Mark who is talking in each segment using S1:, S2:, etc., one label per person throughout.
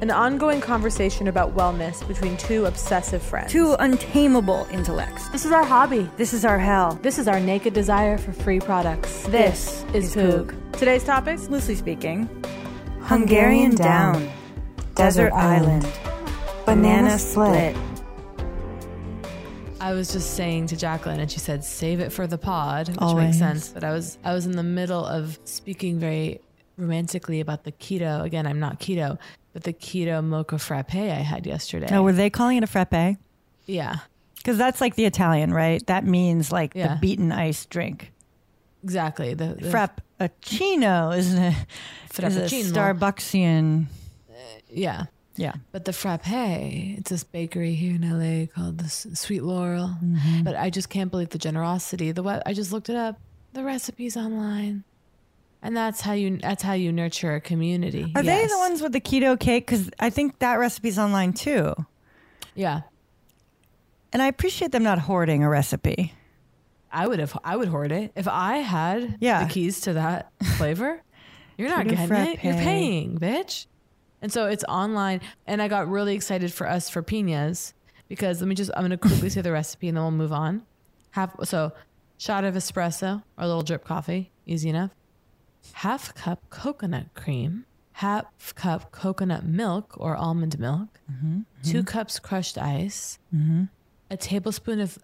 S1: an ongoing conversation about wellness between two obsessive friends.
S2: Two untamable intellects.
S1: This is our hobby.
S2: This is our hell.
S1: This is our naked desire for free products.
S2: This, this is, is Poog.
S1: Poog. Today's topics,
S2: loosely speaking
S3: Hungarian Down, down Desert Island, Banana, banana Split.
S4: I was just saying to Jacqueline, and she said, "Save it for the pod," which
S3: Always.
S4: makes sense. But I was I was in the middle of speaking very romantically about the keto. Again, I'm not keto, but the keto mocha frappe I had yesterday.
S3: Now, were they calling it a frappe?
S4: Yeah,
S3: Because that's like the Italian, right? That means like
S4: Yeah.
S3: the beaten ice drink.
S4: exactly. The, the
S3: Frappuccino isn't it? Is a
S4: Frappuccino.
S3: Starbucksian.
S4: yeah,
S3: Yeah.
S4: but the frappe. It's this bakery here in LA called the S- Sweet Laurel.
S3: Mm-hmm.
S4: But I just can't believe the generosity. The we- I just looked it up. The recipes online, and that's how you that's how you nurture a community.
S3: Are they
S4: Yes.
S3: the ones with the keto cake? Because I think that recipe's online too.
S4: Yeah,
S3: And I appreciate them not hoarding a recipe.
S4: I would have I would hoard it if I had
S3: Yeah.
S4: the keys to that flavor. You're not
S3: Keto
S4: getting it. You're
S3: frappe.
S4: paying, bitch. And so it's online, and I got really excited for us for pinas because let me just I'm gonna quickly say the recipe and then we'll move on. Half so shot of espresso or a little drip coffee, easy enough. Half cup coconut cream, half cup coconut milk or almond milk, 2 cups crushed ice,
S3: Mm-hmm.
S4: a tablespoon of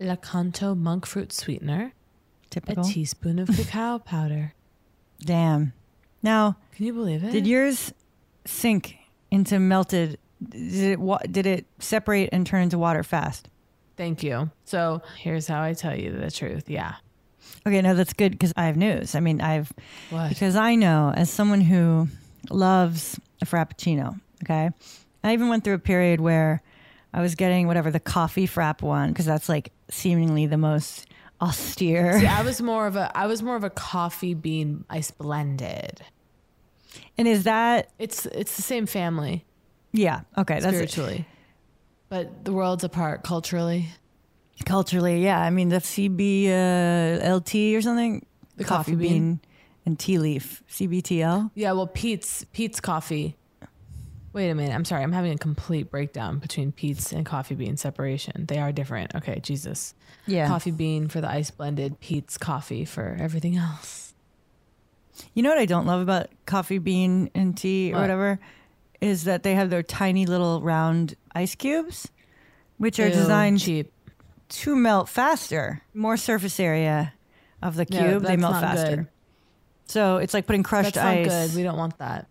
S4: Lakanto monk fruit sweetener,
S3: Typical.
S4: a teaspoon of cacao powder.
S3: Damn. Now,
S4: Can you believe it?
S3: did yours sink into melted? Did it, wa- did it separate and turn into water fast?
S4: Thank you. So here's how I tell you the truth. Yeah.
S3: Okay, no, that's good because I have news. I mean, I've
S4: What?
S3: because I know as someone who loves a frappuccino. Okay, I even went through a period where I was getting whatever the coffee frap one because that's like seemingly the most austere,
S4: See, I was more of a I was more of a coffee bean ice blended.
S3: and is that
S4: It's it's the same family
S3: yeah? Okay, that's it.
S4: spiritually, but the world's apart culturally.
S3: culturally, yeah. I mean, the CB uh, LT or something,
S4: The coffee bean.
S3: and tea leaf CBTL.
S4: Yeah. Well, Pete's Pete's coffee Wait a minute. I'm sorry. I'm having a complete breakdown between Pete's and coffee bean separation. They are different. Okay, Jesus.
S3: Yeah.
S4: Coffee bean for the ice blended, Pete's coffee for everything else.
S3: You know what I don't love about coffee bean and tea or
S4: What?
S3: whatever is that they have their tiny little round ice cubes, which are
S4: Ew,
S3: designed
S4: cheap.
S3: to melt faster, more surface area of the
S4: No,
S3: cube. they
S4: that's
S3: melt
S4: not
S3: faster.
S4: good.
S3: So it's like putting crushed
S4: That's
S3: ice.
S4: not good. We don't want that.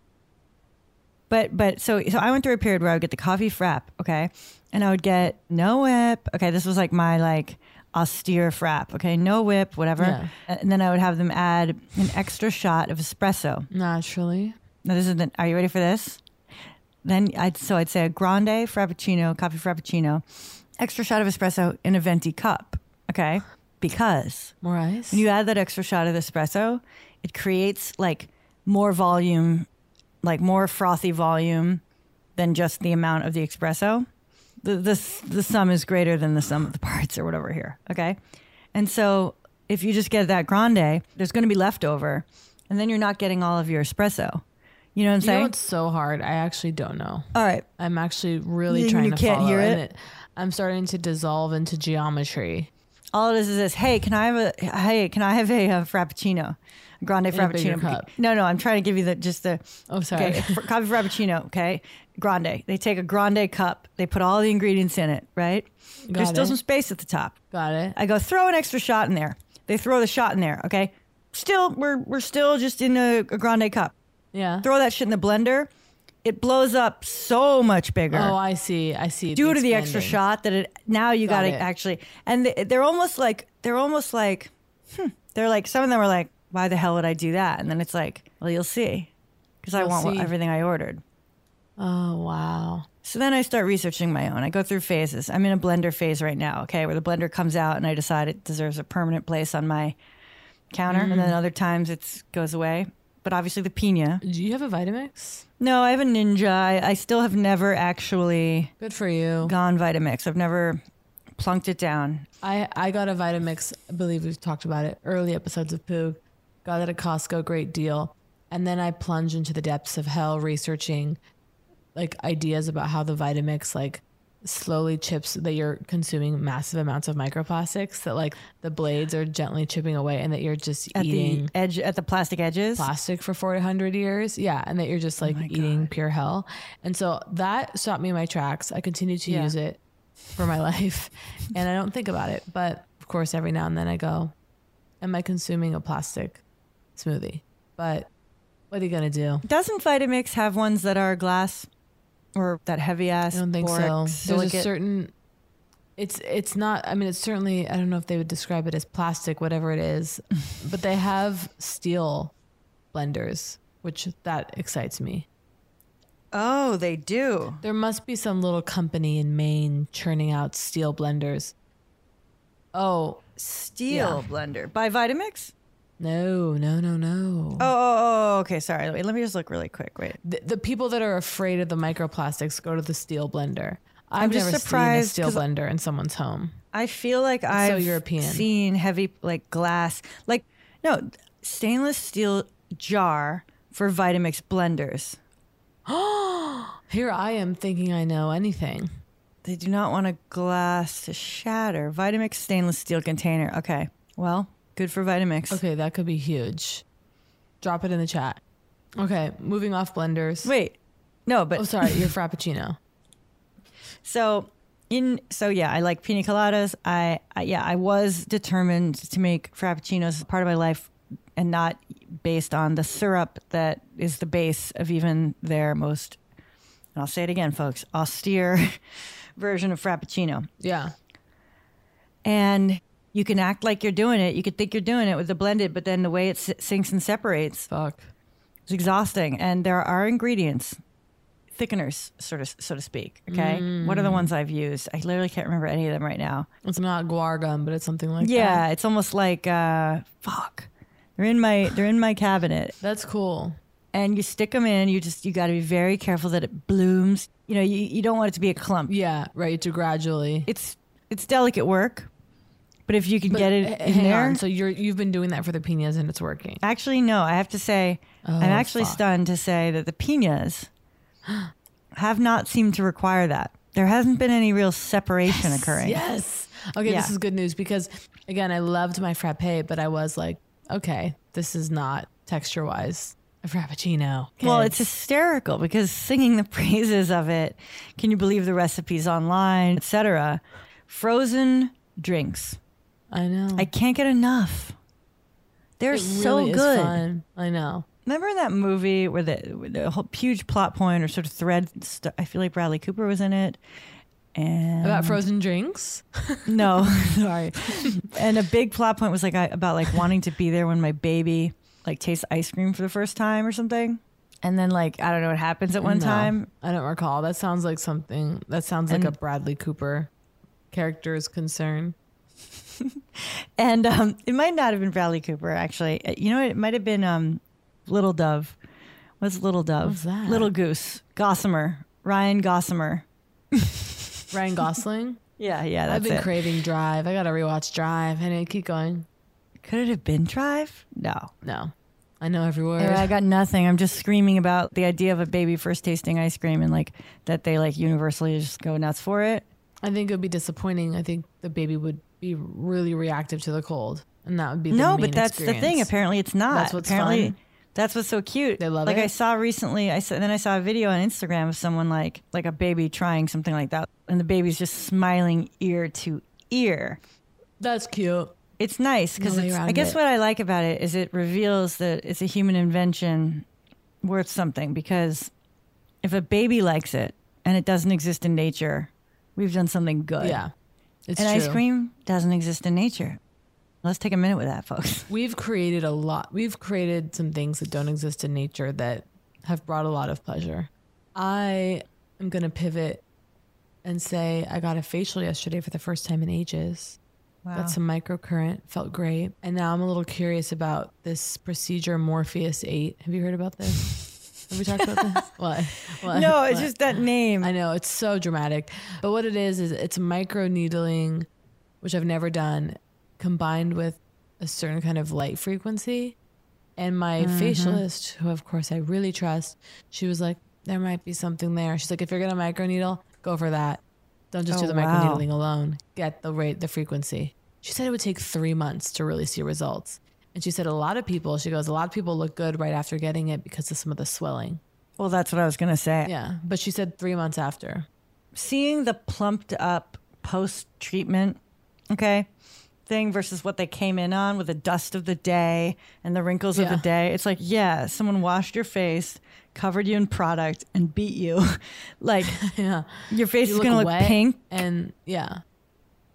S3: But but so so I went through a period where I would get the coffee frap, okay, and I would get no whip. Okay, this was like my like austere frap. Okay, no whip, whatever.
S4: Yeah.
S3: Uh, And then I would have them add an extra shot of espresso.
S4: Naturally.
S3: Now this is the. Are you ready for this? Then I'd so I'd say a grande frappuccino, coffee frappuccino, extra shot of espresso in a venti cup. Okay, because
S4: more ice.
S3: When you add that extra shot of espresso, it creates like more volume, like more frothy volume than just the amount of the espresso. The the s- the sum is greater than the sum of the parts or whatever here. Okay, and so if you just get that grande, there's going to be leftover, and then you're not getting all of your espresso. You know what I'm
S4: You
S3: saying?
S4: know what's so hard? I actually don't know.
S3: All right.
S4: I'm actually really
S3: You-
S4: trying
S3: you
S4: to
S3: can't
S4: follow,
S3: hear
S4: and
S3: it?
S4: I'm starting to dissolve into geometry.
S3: All it is is this. Hey, can I have a hey? Can I have a, uh frappuccino, a grande
S4: In a
S3: frappuccino?
S4: bigger cup.
S3: No, no. I'm trying to give you the just the. Oh,
S4: sorry.
S3: Okay, fr- coffee frappuccino. Okay, grande. They take a grande cup. They put all the ingredients in it. Right. There's
S4: Got
S3: still
S4: it.
S3: some space at the top.
S4: Got it.
S3: I go throw an extra shot in there. They throw the shot in there. Okay. Still, we're we're still just in a, a grande cup.
S4: Yeah.
S3: Throw that shit in the blender. It blows up so much bigger
S4: Oh, I see. I see.
S3: due to the extra
S4: expanding.
S3: shot that it now you
S4: Got
S3: got to
S4: it.
S3: actually and they, they're almost like they're almost like hmm, they're like some of them are like why the hell would I do that and then it's like well you'll see because I
S4: You'll
S3: want what-
S4: see.
S3: everything I ordered.
S4: Oh wow.
S3: So then I start researching my own. I go through phases. I'm in a blender phase right now, okay, where the blender comes out and I decide it deserves a permanent place on my counter, and then
S4: Mm.
S3: other times it goes away. But obviously the pina.
S4: Do you have a Vitamix?
S3: No, I have a Ninja. I, I still have never actually
S4: good for you
S3: gone Vitamix. I've never plunked it down.
S4: I I got a Vitamix. I believe we've talked about it early episodes of Poog. Got it at Costco, great deal. And then I plunged into the depths of hell researching like ideas about how the Vitamix like slowly chips that you're consuming massive amounts of microplastics that like the blades are gently chipping away and that you're just
S3: At the
S4: eating
S3: edge at the plastic edges Oh
S4: plastic for 400 years yeah and that you're just like eating pure hell and so that stopped me in my tracks i continue to
S3: Yeah.
S4: use it for my life and i don't think about it but of course every now and then i go am i consuming a plastic smoothie but what are you gonna do
S3: Doesn't Vitamix have ones that are glass or that heavy ass?
S4: I don't think
S3: boric,
S4: so. There's a
S3: silicate?
S4: certain. It's it's not. I mean, it's certainly. I don't know if they would describe it as plastic, whatever it is, but they have steel blenders, which that excites me.
S3: Oh, they do.
S4: There must be some little company in Maine churning out steel blenders. Oh,
S3: steel blender by Vitamix.
S4: No, no, no, no.
S3: Oh, oh, oh, okay. Sorry. Wait, let me just look really quick. Wait.
S4: The, the people that are afraid of the microplastics go to the steel blender. I've
S3: I'm just
S4: never
S3: surprised
S4: seen a
S3: 'cause-
S4: steel blender in someone's home.
S3: I feel like
S4: It's so
S3: I've
S4: European.
S3: seen heavy like glass, like no stainless steel jar for Vitamix blenders.
S4: Here I am thinking I know anything.
S3: They do not want a glass to shatter. Vitamix stainless steel container. Okay. Well, good for Vitamix.
S4: Okay, that could be huge. Drop it in the chat. Okay, moving off blenders.
S3: Wait, no, but
S4: oh, sorry, your frappuccino.
S3: So in so yeah, I like pina coladas. I, I yeah, I was determined to make frappuccinos part of my life and not based on the syrup that is the base of even their most and I'll say it again, folks, austere version of frappuccino.
S4: Yeah.
S3: And you can act like you're doing it. You could think you're doing it with the blended, but then the way it s- sinks and separates,
S4: fuck,
S3: it's exhausting. And there are ingredients, thickeners, sort of, so to speak. Okay, what are the
S4: Mm.
S3: ones I've used? I literally can't remember any of them right now.
S4: It's not guar gum, but it's something like
S3: yeah,
S4: that.
S3: it's almost like uh, fuck. They're in my they're in my cabinet.
S4: That's cool.
S3: And you stick them in. You just you got to be very careful that it blooms. You know, you, you don't want it to be a clump.
S4: Yeah, right. To gradually.
S3: It's it's delicate work, but if you can get it
S4: H-
S3: in
S4: hang
S3: there,
S4: on. So you're you've been doing that for the pinas and it's working.
S3: Actually, no. I have to say,
S4: Oh,
S3: I'm actually
S4: fuck.
S3: stunned to say that the pinas have not seemed to require that. There hasn't been any real separation occurring.
S4: Yes. Okay,
S3: Yeah.
S4: this is good news because again, I loved my frappe, but I was like, okay, this is not texture wise a frappuccino.
S3: Well,
S4: kids.
S3: it's hysterical because singing the praises of it, can you believe the recipes online, etc. Frozen drinks.
S4: I know.
S3: I can't get enough. They're
S4: It
S3: so
S4: really is
S3: good.
S4: fun. I know.
S3: Remember in that movie where the, where the whole huge plot point or sort of thread? St- I feel like Bradley Cooper was in it. And
S4: about frozen drinks.
S3: No, sorry. and a big plot point was like I, about like wanting to be there when my baby like tastes ice cream for the first time or something. And then like I don't know what happens at one
S4: No,
S3: time.
S4: I don't recall. That sounds like something. That sounds like
S3: And-
S4: a Bradley Cooper character's concern.
S3: And um, it might not have been Bradley Cooper actually. Uh, You know, it might have been um, Little Dove. What's Little Dove?
S4: What's that?
S3: Little Goose. Gossamer. Ryan Gossamer.
S4: Ryan Gosling.
S3: Yeah, yeah, that's
S4: I've been
S3: it.
S4: craving Drive. I gotta rewatch Drive. Anyway, keep going.
S3: Could it have been Drive? No.
S4: No, I know every word.
S3: Yeah, I got nothing. I'm just screaming about the idea of a baby first tasting ice cream and like that they like universally just go nuts for it.
S4: I think it would be disappointing. I think the baby would be really reactive to the cold, and that would be the
S3: no,
S4: main
S3: but that's the thing.
S4: experience.
S3: Apparently, it's not.
S4: That's what's
S3: Apparently,
S4: fun.
S3: that's what's so cute. They love like
S4: it?
S3: I saw recently. I saw, then I saw a video on Instagram of someone like like a baby trying something like that, and the baby's just smiling ear to ear.
S4: That's cute.
S3: It's nice because
S4: No way
S3: I
S4: around
S3: guess
S4: it.
S3: what I like about it is it reveals that it's a human invention worth something. Because if a baby likes it and it doesn't exist in nature, we've done something good.
S4: Yeah, it's
S3: and ice
S4: true.
S3: cream doesn't exist in nature. Let's take a minute with that, folks.
S4: We've created a lot. We've created some things that don't exist in nature that have brought a lot of pleasure. I am going to pivot and say I got a facial yesterday for the first time in ages.
S3: Wow.
S4: Got some microcurrent, felt great. And now I'm a little curious about this procedure Morpheus 8. Have you heard about this? Have we talked about this? What? What?
S3: No, it's
S4: What?
S3: just that name.
S4: I know, it's so dramatic. But what it is, is it's micro needling, which I've never done, combined with a certain kind of light frequency. And my
S3: Mm-hmm.
S5: Mhm.
S4: facialist, who of course I really trust, she was like, there might be something there. She's like, if you're going to microneedle, go for that. Don't just
S5: Oh,
S4: do the
S5: wow.
S4: microneedling alone. Get the rate, the frequency. She said it would take three months to really see results. And she said a lot of people, she goes, a lot of people look good right after getting it because of some of the swelling.
S3: Well, that's what I was going to say.
S4: Yeah. But she said three months after.
S3: Seeing the plumped up post treatment, okay, thing versus what they came in on with the dust of the day and the wrinkles of the
S4: Yeah.
S3: day. It's like, yeah, someone washed your face, covered you in product, and beat you. like,
S4: yeah.
S3: your face
S4: You
S3: is going to look
S4: wet
S3: pink.
S4: And yeah.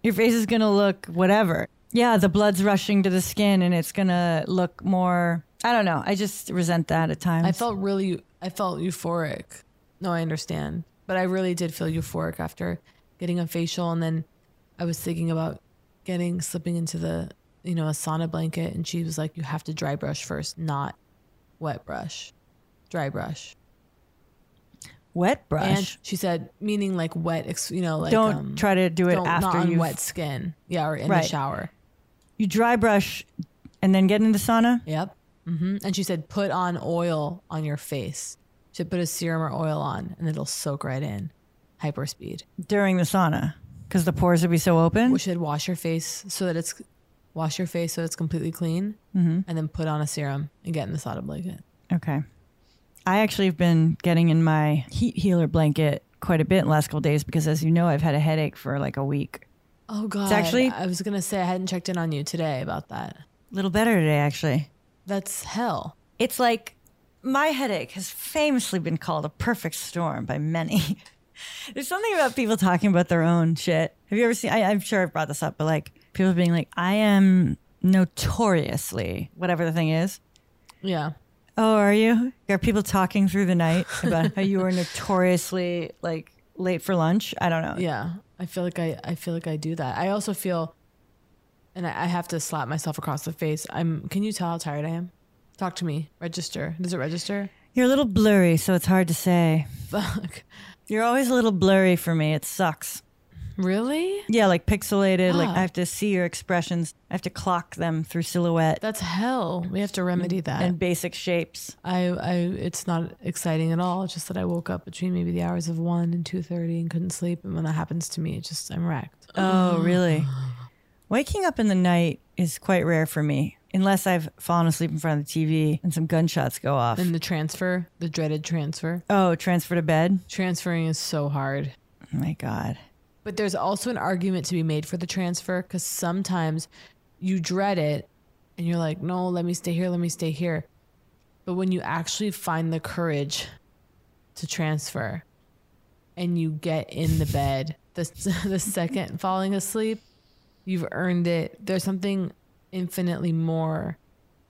S3: Your face is going to look whatever. Yeah, the blood's rushing to the skin and it's going to look more. I don't know. I just resent that at times.
S4: I felt really, I felt euphoric. No, I understand, but I really did feel euphoric after getting a facial, and then I was thinking about getting slipping into the, you know, a sauna blanket, and she was like, "You have to dry brush first, not wet brush, dry brush."
S3: wet
S4: And
S3: brush.
S4: she said, meaning like wet, ex- you know, like
S3: Don't
S4: um,
S3: try to do it
S4: don't-
S3: after
S4: not on
S3: you've-
S4: wet skin, yeah, or in
S3: Right.
S4: the shower.
S3: you dry brush and then get into sauna.
S4: Yep. hmm And she said, put on oil on your face. She said, put a serum or oil on, and it'll soak right in. Hyper speed.
S3: during the sauna because the pores would be so open.
S4: We should wash your face so that it's wash your face so it's completely clean,
S3: Mhm.
S4: and then put on a serum and get in the sauna blanket.
S3: Okay. I actually have been getting in my heat healer blanket quite a bit in the last couple days because, as you know, I've had a headache for like a week.
S4: Oh God!
S3: actually-
S4: I was gonna say I hadn't checked in on you today about that.
S3: A little better today, actually.
S4: That's hell.
S3: It's like my headache has famously been called a perfect storm by many. There's something about people talking about their own shit. Have you ever seen? I, I'm sure I've brought this up, but like people being like, I am notoriously whatever the thing is.
S4: Yeah.
S3: Oh, are you? Are people talking through the night about how you are notoriously like late for lunch? I don't know.
S4: Yeah, I feel like I, I feel like I do that. I also feel, and I, I have to slap myself across the face. I'm. Can you tell how tired I am? Talk to me. Register. Does it register?
S3: You're a little blurry, so it's hard to say.
S4: Fuck.
S3: You're always a little blurry for me. It sucks.
S4: Really?
S3: Yeah, like pixelated. Like
S4: Ah.
S3: I have to see your expressions. I have to clock them through silhouette.
S4: That's hell. We have to remedy that.
S3: And basic shapes.
S4: I, I, it's not exciting at all. It's just that I woke up between maybe the hours of one and two thirty and couldn't sleep. And when that happens to me, it just I'm wrecked.
S3: Oh, really? Waking up in the night is quite rare for me, unless I've fallen asleep in front of the TV and some gunshots go off.
S4: And the transfer, the dreaded transfer.
S3: oh, transfer to bed?
S4: Transferring is so hard.
S3: Oh my God.
S4: But there's also an argument to be made for the transfer because sometimes you dread it and you're like, no, let me stay here, let me stay here. But when you actually find the courage to transfer and you get in the bed, the, the second falling asleep, you've earned it. There's something infinitely more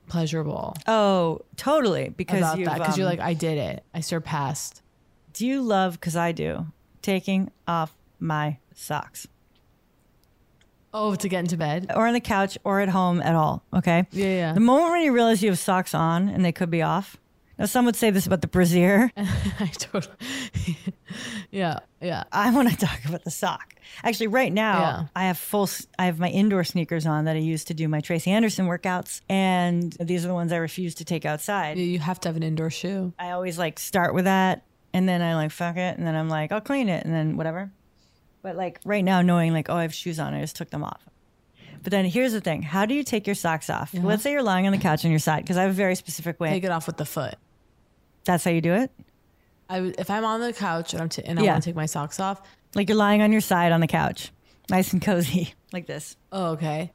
S4: pleasurable
S3: Oh, totally. Because
S4: about
S3: you've,
S4: that because you're
S3: um,
S4: like, I did it, I surpassed.
S3: Do you love, because I do, taking off my socks?
S4: Oh, to get into bed?
S3: Or on the couch or at home at all, okay?
S4: Yeah, yeah.
S3: The moment when you realize you have socks on and they could be off. Now, some would say this about the brassiere.
S4: I totally. yeah, yeah.
S3: I want to talk about the sock. Actually, right now
S4: Yeah.
S3: I have full. s- I have my indoor sneakers on that I use to do my Tracy Anderson workouts, and these are the ones I refuse to take outside.
S4: You have to have an indoor shoe.
S3: I always like start with that, and then I like fuck it, and then I'm like I'll clean it, and then whatever. But like right now, knowing like oh I have shoes on, I just took them off. But then here's the thing: how do you take your socks off?
S4: Yeah.
S3: Let's say you're lying on the couch on your side, because I have a very specific way.
S4: Take it off with the foot.
S3: That's how you do it.
S4: I w if I'm on the couch and I'm t- and I
S3: Yeah.
S4: want to take my socks off.
S3: Like you're lying on your side on the couch, nice and cozy, like this.
S4: Oh, okay.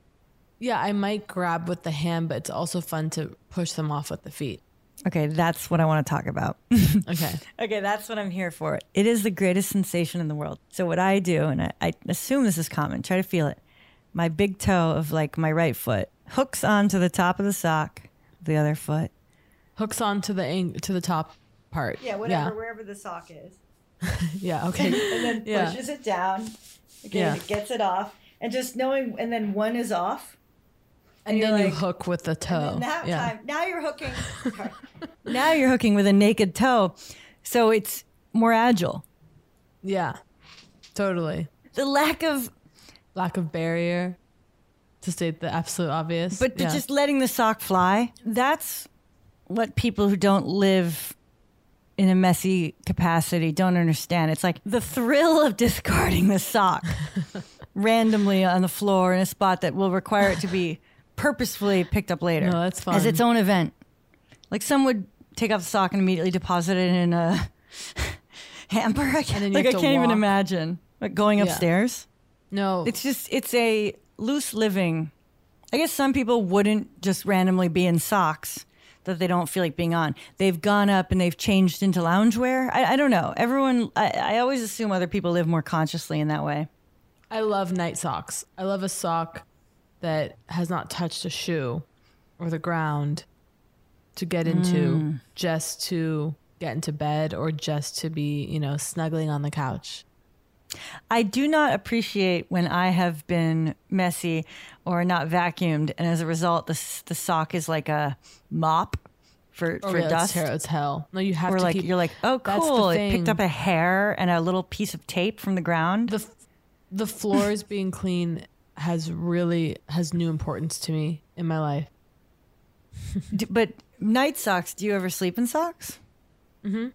S4: Yeah, I might grab with the hand, but it's also fun to push them off with the feet.
S3: Okay, that's what I want to talk about.
S4: Okay.
S3: okay, that's what I'm here for. It is the greatest sensation in the world. So what I do, and I, I assume this is common, try to feel it. My big toe of like my right foot hooks onto the top of the sock, the other foot.
S4: Hooks on to the ang- to the top part.
S3: wherever the sock is.
S4: Yeah. Okay.
S3: And then
S4: Yeah.
S3: pushes it down. Okay,
S4: Yeah.
S3: and it gets it off. And just knowing and then one is off.
S4: and
S3: you're
S4: then you
S3: like-
S4: hook with the toe.
S3: And that
S4: yeah.
S3: time, now you're hooking. Oh, now you're hooking with a naked toe. So it's more agile.
S4: Yeah. Totally.
S3: The lack of
S4: Lack of barrier. To state the absolute obvious.
S3: But the-
S4: Yeah.
S3: just letting the sock fly, that's what people who don't live in a messy capacity don't understand. It's like the thrill of discarding the sock randomly on the floor in a spot that will require it to be purposefully picked up later.
S4: No, that's
S3: As
S4: fun.
S3: its own event. Like some would take off the sock and immediately deposit it in a hamper. I can't,
S4: then you
S3: like I
S4: have
S3: can't
S4: to
S3: even
S4: walk.
S3: imagine like going
S4: Yeah.
S3: upstairs.
S4: no.
S3: It's just it's a loose living. I guess some people wouldn't just randomly be in socks that they don't feel like being on. They've gone up and they've changed into loungewear. I, I don't know. Everyone, I, I always assume other people live more consciously in that way.
S4: I love night socks. I love a sock that has not touched a shoe or the ground to get into
S3: Mm.
S4: just to get into bed or just to be, you know, snuggling on the couch.
S3: I do not appreciate when I have been messy or not vacuumed, and as a result, the s- the sock is like a mop for
S4: Oh,
S3: for
S4: yeah,
S3: dust.
S4: It's, ter- it's hell. No, you have
S3: Or
S4: to
S3: like
S4: keep
S3: you're like, oh
S4: That's the
S3: cool, it picked
S4: thing.
S3: up a hair and a little piece of tape from the ground.
S4: the f- the floors being clean has really has new importance to me in my life.
S3: D but night socks, do you ever sleep in socks?
S4: Mhm.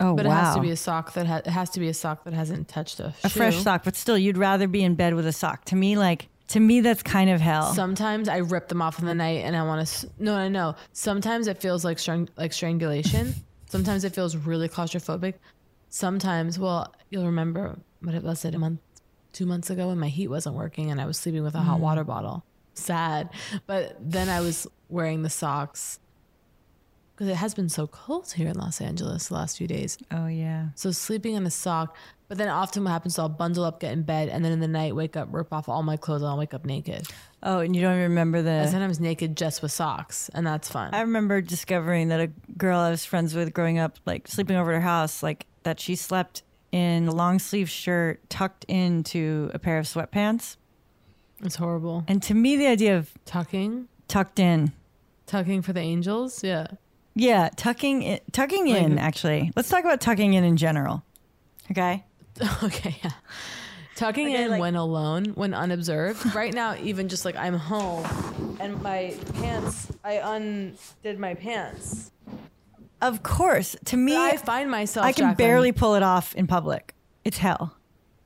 S3: Oh,
S4: But
S3: wow.
S4: it has to be a sock that ha- it has to be a sock that hasn't touched a,
S3: a fresh
S4: shoe.
S3: sock, but still, you'd rather be in bed with a sock. To me, like, to me, that's kind of hell.
S4: Sometimes I rip them off in the night and I want to. No, no, no. Sometimes it feels like strang- like strangulation. Sometimes it feels really claustrophobic. Sometimes, well, you'll remember what it was it a month, two months ago when my heat wasn't working and I was sleeping with a
S3: Mm.
S4: hot water bottle. Sad, but then I was wearing the socks because it has been so cold here in Los Angeles the last few days.
S3: oh, yeah.
S4: So sleeping in a sock, but then often what happens is I'll bundle up, get in bed, and then in the night wake up, rip off all my clothes, and I'll wake up naked.
S3: Oh, and you don't even remember
S4: I
S3: the.
S4: sometimes naked just with socks, and that's fun.
S3: I remember discovering that a girl I was friends with growing up, like, sleeping over at her house, like, that she slept in a long sleeve shirt tucked into a pair of sweatpants.
S4: It's horrible.
S3: And to me, the idea of
S4: Tucking,
S3: tucked in.
S4: tucking for the angels. Yeah.
S3: Yeah, tucking in, tucking in. actually, let's talk about tucking in in general. Okay,
S4: okay. Yeah. Tucking
S1: Like, I,
S4: in
S1: like-
S4: when alone, when unobserved. right now, even just like I'm home and my pants, I undid my pants.
S3: Of course, to me,
S4: I find myself.
S3: I can
S4: Jacqueline,
S3: barely pull it off in public. It's hell.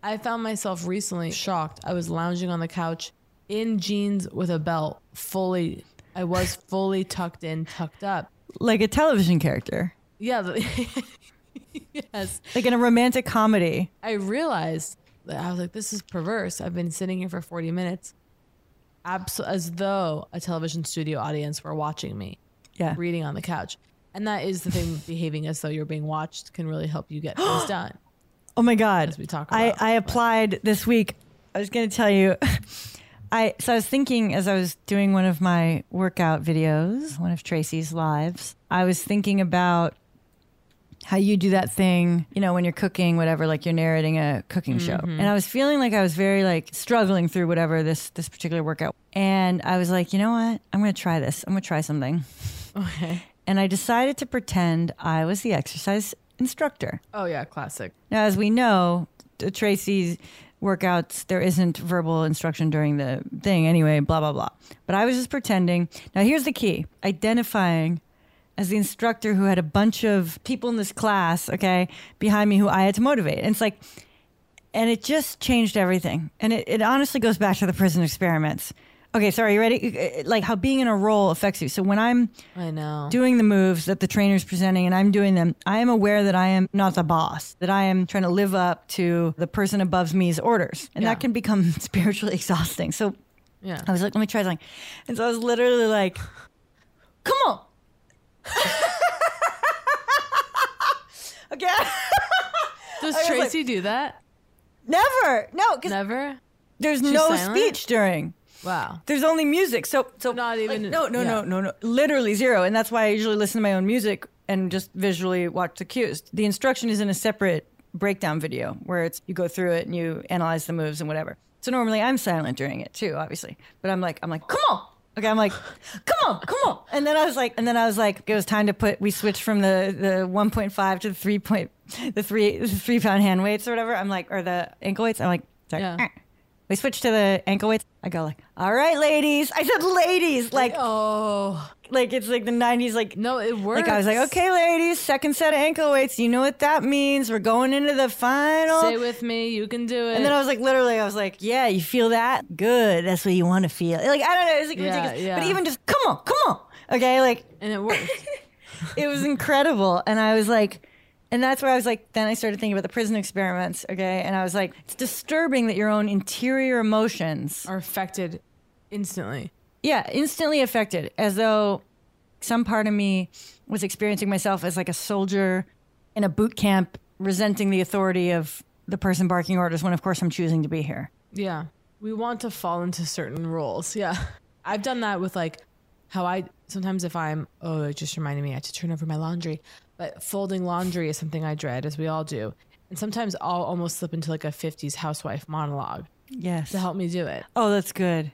S4: I found myself recently shocked. I was lounging on the couch in jeans with a belt, fully. I was fully tucked in, tucked up.
S3: Like a television character,
S4: Yeah. the- yes.
S3: like in a romantic comedy.
S4: I realized that I was like, this is perverse. I've been sitting here for 40 minutes, abso- as though a television studio audience were watching me,
S3: Yeah.
S4: reading on the couch. And that is the thing, behaving as though you're being watched can really help you get things done.
S3: Oh my god!
S4: As we talk
S3: I, I applied this week. I was going to tell you. I so I was thinking as I was doing one of my workout videos, one of Tracy's lives. I was thinking about how you do that thing, you know, when you're cooking, whatever, like you're narrating a cooking
S4: Mm-hmm.
S3: show.
S5: Mhm.
S3: And I was feeling like I was very like struggling through whatever this this particular workout. And I was like, you know what? I'm going to try this. I'm going to try something.
S4: Okay.
S3: And I decided to pretend I was the exercise instructor.
S4: Oh, yeah, classic.
S3: Now, as we know, t- Tracy's workouts, there isn't verbal instruction during the thing anyway, blah, blah, blah. But I was just pretending. Now, here's the key identifying as the instructor who had a bunch of people in this class, okay, behind me who I had to motivate. And it's like, and it just changed everything. And it, it honestly goes back to the prison experiments. Okay, sorry, you ready? Uh, Like how being in a role affects you. So when I'm
S4: I know.
S3: doing the moves that the trainer's presenting and I'm doing them, I am aware that I am not the boss, that I am trying to live up to the person above me's orders. And that can become spiritually exhausting. So
S4: Yeah.
S3: I was like, let me try something. And so I was literally like, come on. okay.
S4: Does
S3: I was like-
S4: Tracy do that?
S3: Never. No.
S4: Never.
S3: There's
S4: She's
S3: no
S4: silent?
S3: speech during.
S4: Wow.
S3: There's only music. So so not even no no no
S4: yeah.
S3: no no literally zero. And that's why I usually listen to my own music and just visually watch the cues. The instruction is in a separate breakdown video where it's you go through it and you analyze the moves and whatever. So normally I'm silent during it too, obviously. But I'm like I'm like come on. Okay, I'm like, come on, come on, and then I was like, and then I was like, it was time to put. We switched from the the 1.5 to the three point, the three the three pound hand weights or whatever. I'm like, or the ankle weights. I'm like, sorry, we switched to the ankle weights. I go like, all right, ladies. I said ladies, like
S4: oh,
S3: like it's like the '90s, like
S4: no, it works.
S3: Like I was like, okay, ladies, second set of ankle weights. You know what that means? We're going into the final.
S4: Stay with me. You can do it.
S3: and then I was like, literally, I was like, yeah, you feel that? Good. That's what you want to feel. Like I don't know, it's like
S4: Yeah,
S3: ridiculous. But
S4: yeah.
S3: even just come on, come on, okay, like,
S4: and it worked.
S3: it was incredible, and I was like. And that's where I was like, then I started thinking about the prison experiments, okay? And I was like, it's disturbing that your own interior emotions
S4: are affected instantly.
S3: Yeah, instantly affected, as though some part of me was experiencing myself as like a soldier in a boot camp, resenting the authority of the person barking orders when, of course, I'm choosing to be here.
S4: Yeah. We want to fall into certain roles. Yeah. I've done that with like how I sometimes if I'm oh it just reminded me I have to turn over my laundry. But folding laundry is something I dread as we all do. And sometimes I'll almost slip into like a 50s housewife monologue
S3: Yes.
S4: to help me do it.
S3: Oh, that's good.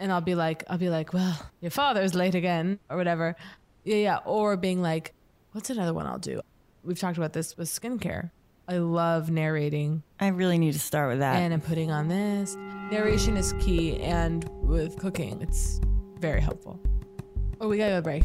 S4: And I'll be like I'll be like, "Well, your father's late again" or whatever. Yeah, yeah, or being like, "What's another one I'll do?" We've talked about this with skincare. I love narrating
S3: I really need to start with that.
S4: and I'm putting on this. Narration is key, and with cooking, it's very helpful. Oh, we gotta go to break.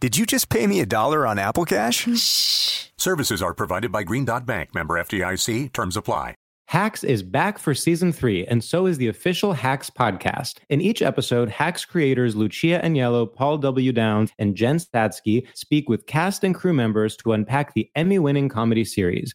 S6: Did you just pay me a dollar on Apple Cash?
S7: Services are provided by Green Dot Bank, member FDIC. Terms apply.
S8: Hacks is back for season three, and so is the official Hacks podcast. In each episode, Hacks creators Lucia Agnello, Paul W. Downs, and Jen Statsky speak with cast and crew members to unpack the Emmy winning comedy series.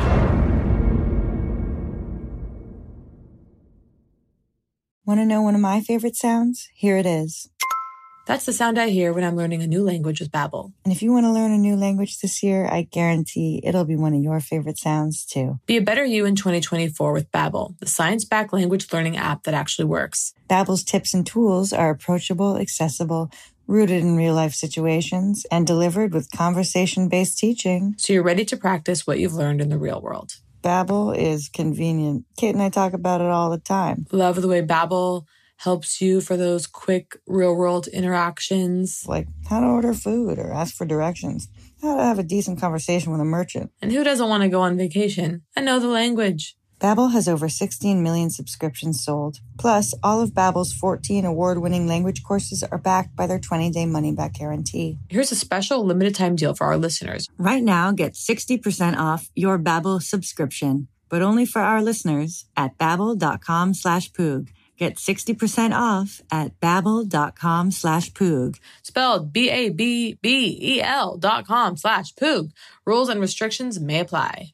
S9: Want to know one of my favorite sounds? Here it is.
S10: That's the sound I hear when I'm learning a new language with Babbel.
S9: And if you want to learn a new language this year, I guarantee it'll be one of your favorite sounds too.
S10: Be a better you in 2024 with Babbel, the science-backed language learning app that actually works.
S9: Babbel's tips and tools are approachable, accessible, rooted in real-life situations, and delivered with conversation-based teaching.
S10: So you're ready to practice what you've learned in the real world.
S9: Babbel is convenient. Kate and I talk about it all the time.
S10: Love the way Babbel helps you for those quick real-world interactions.
S9: Like how to order food or ask for directions, how to have a decent conversation with a merchant.
S10: And who doesn't want to go on vacation? I know the language.
S9: Babbel has over 16 million subscriptions sold. Plus, all of Babbel's 14 award-winning language courses are backed by their 20-day money-back guarantee.
S10: Here's a special limited time deal for our listeners.
S11: Right now, get 60% off your Babbel subscription, but only for our listeners at babbel.com slash poog. Get 60% off at babbel.com slash poog.
S10: Spelled B-A-B-B-E-L E dot com slash poog. Rules and restrictions may apply.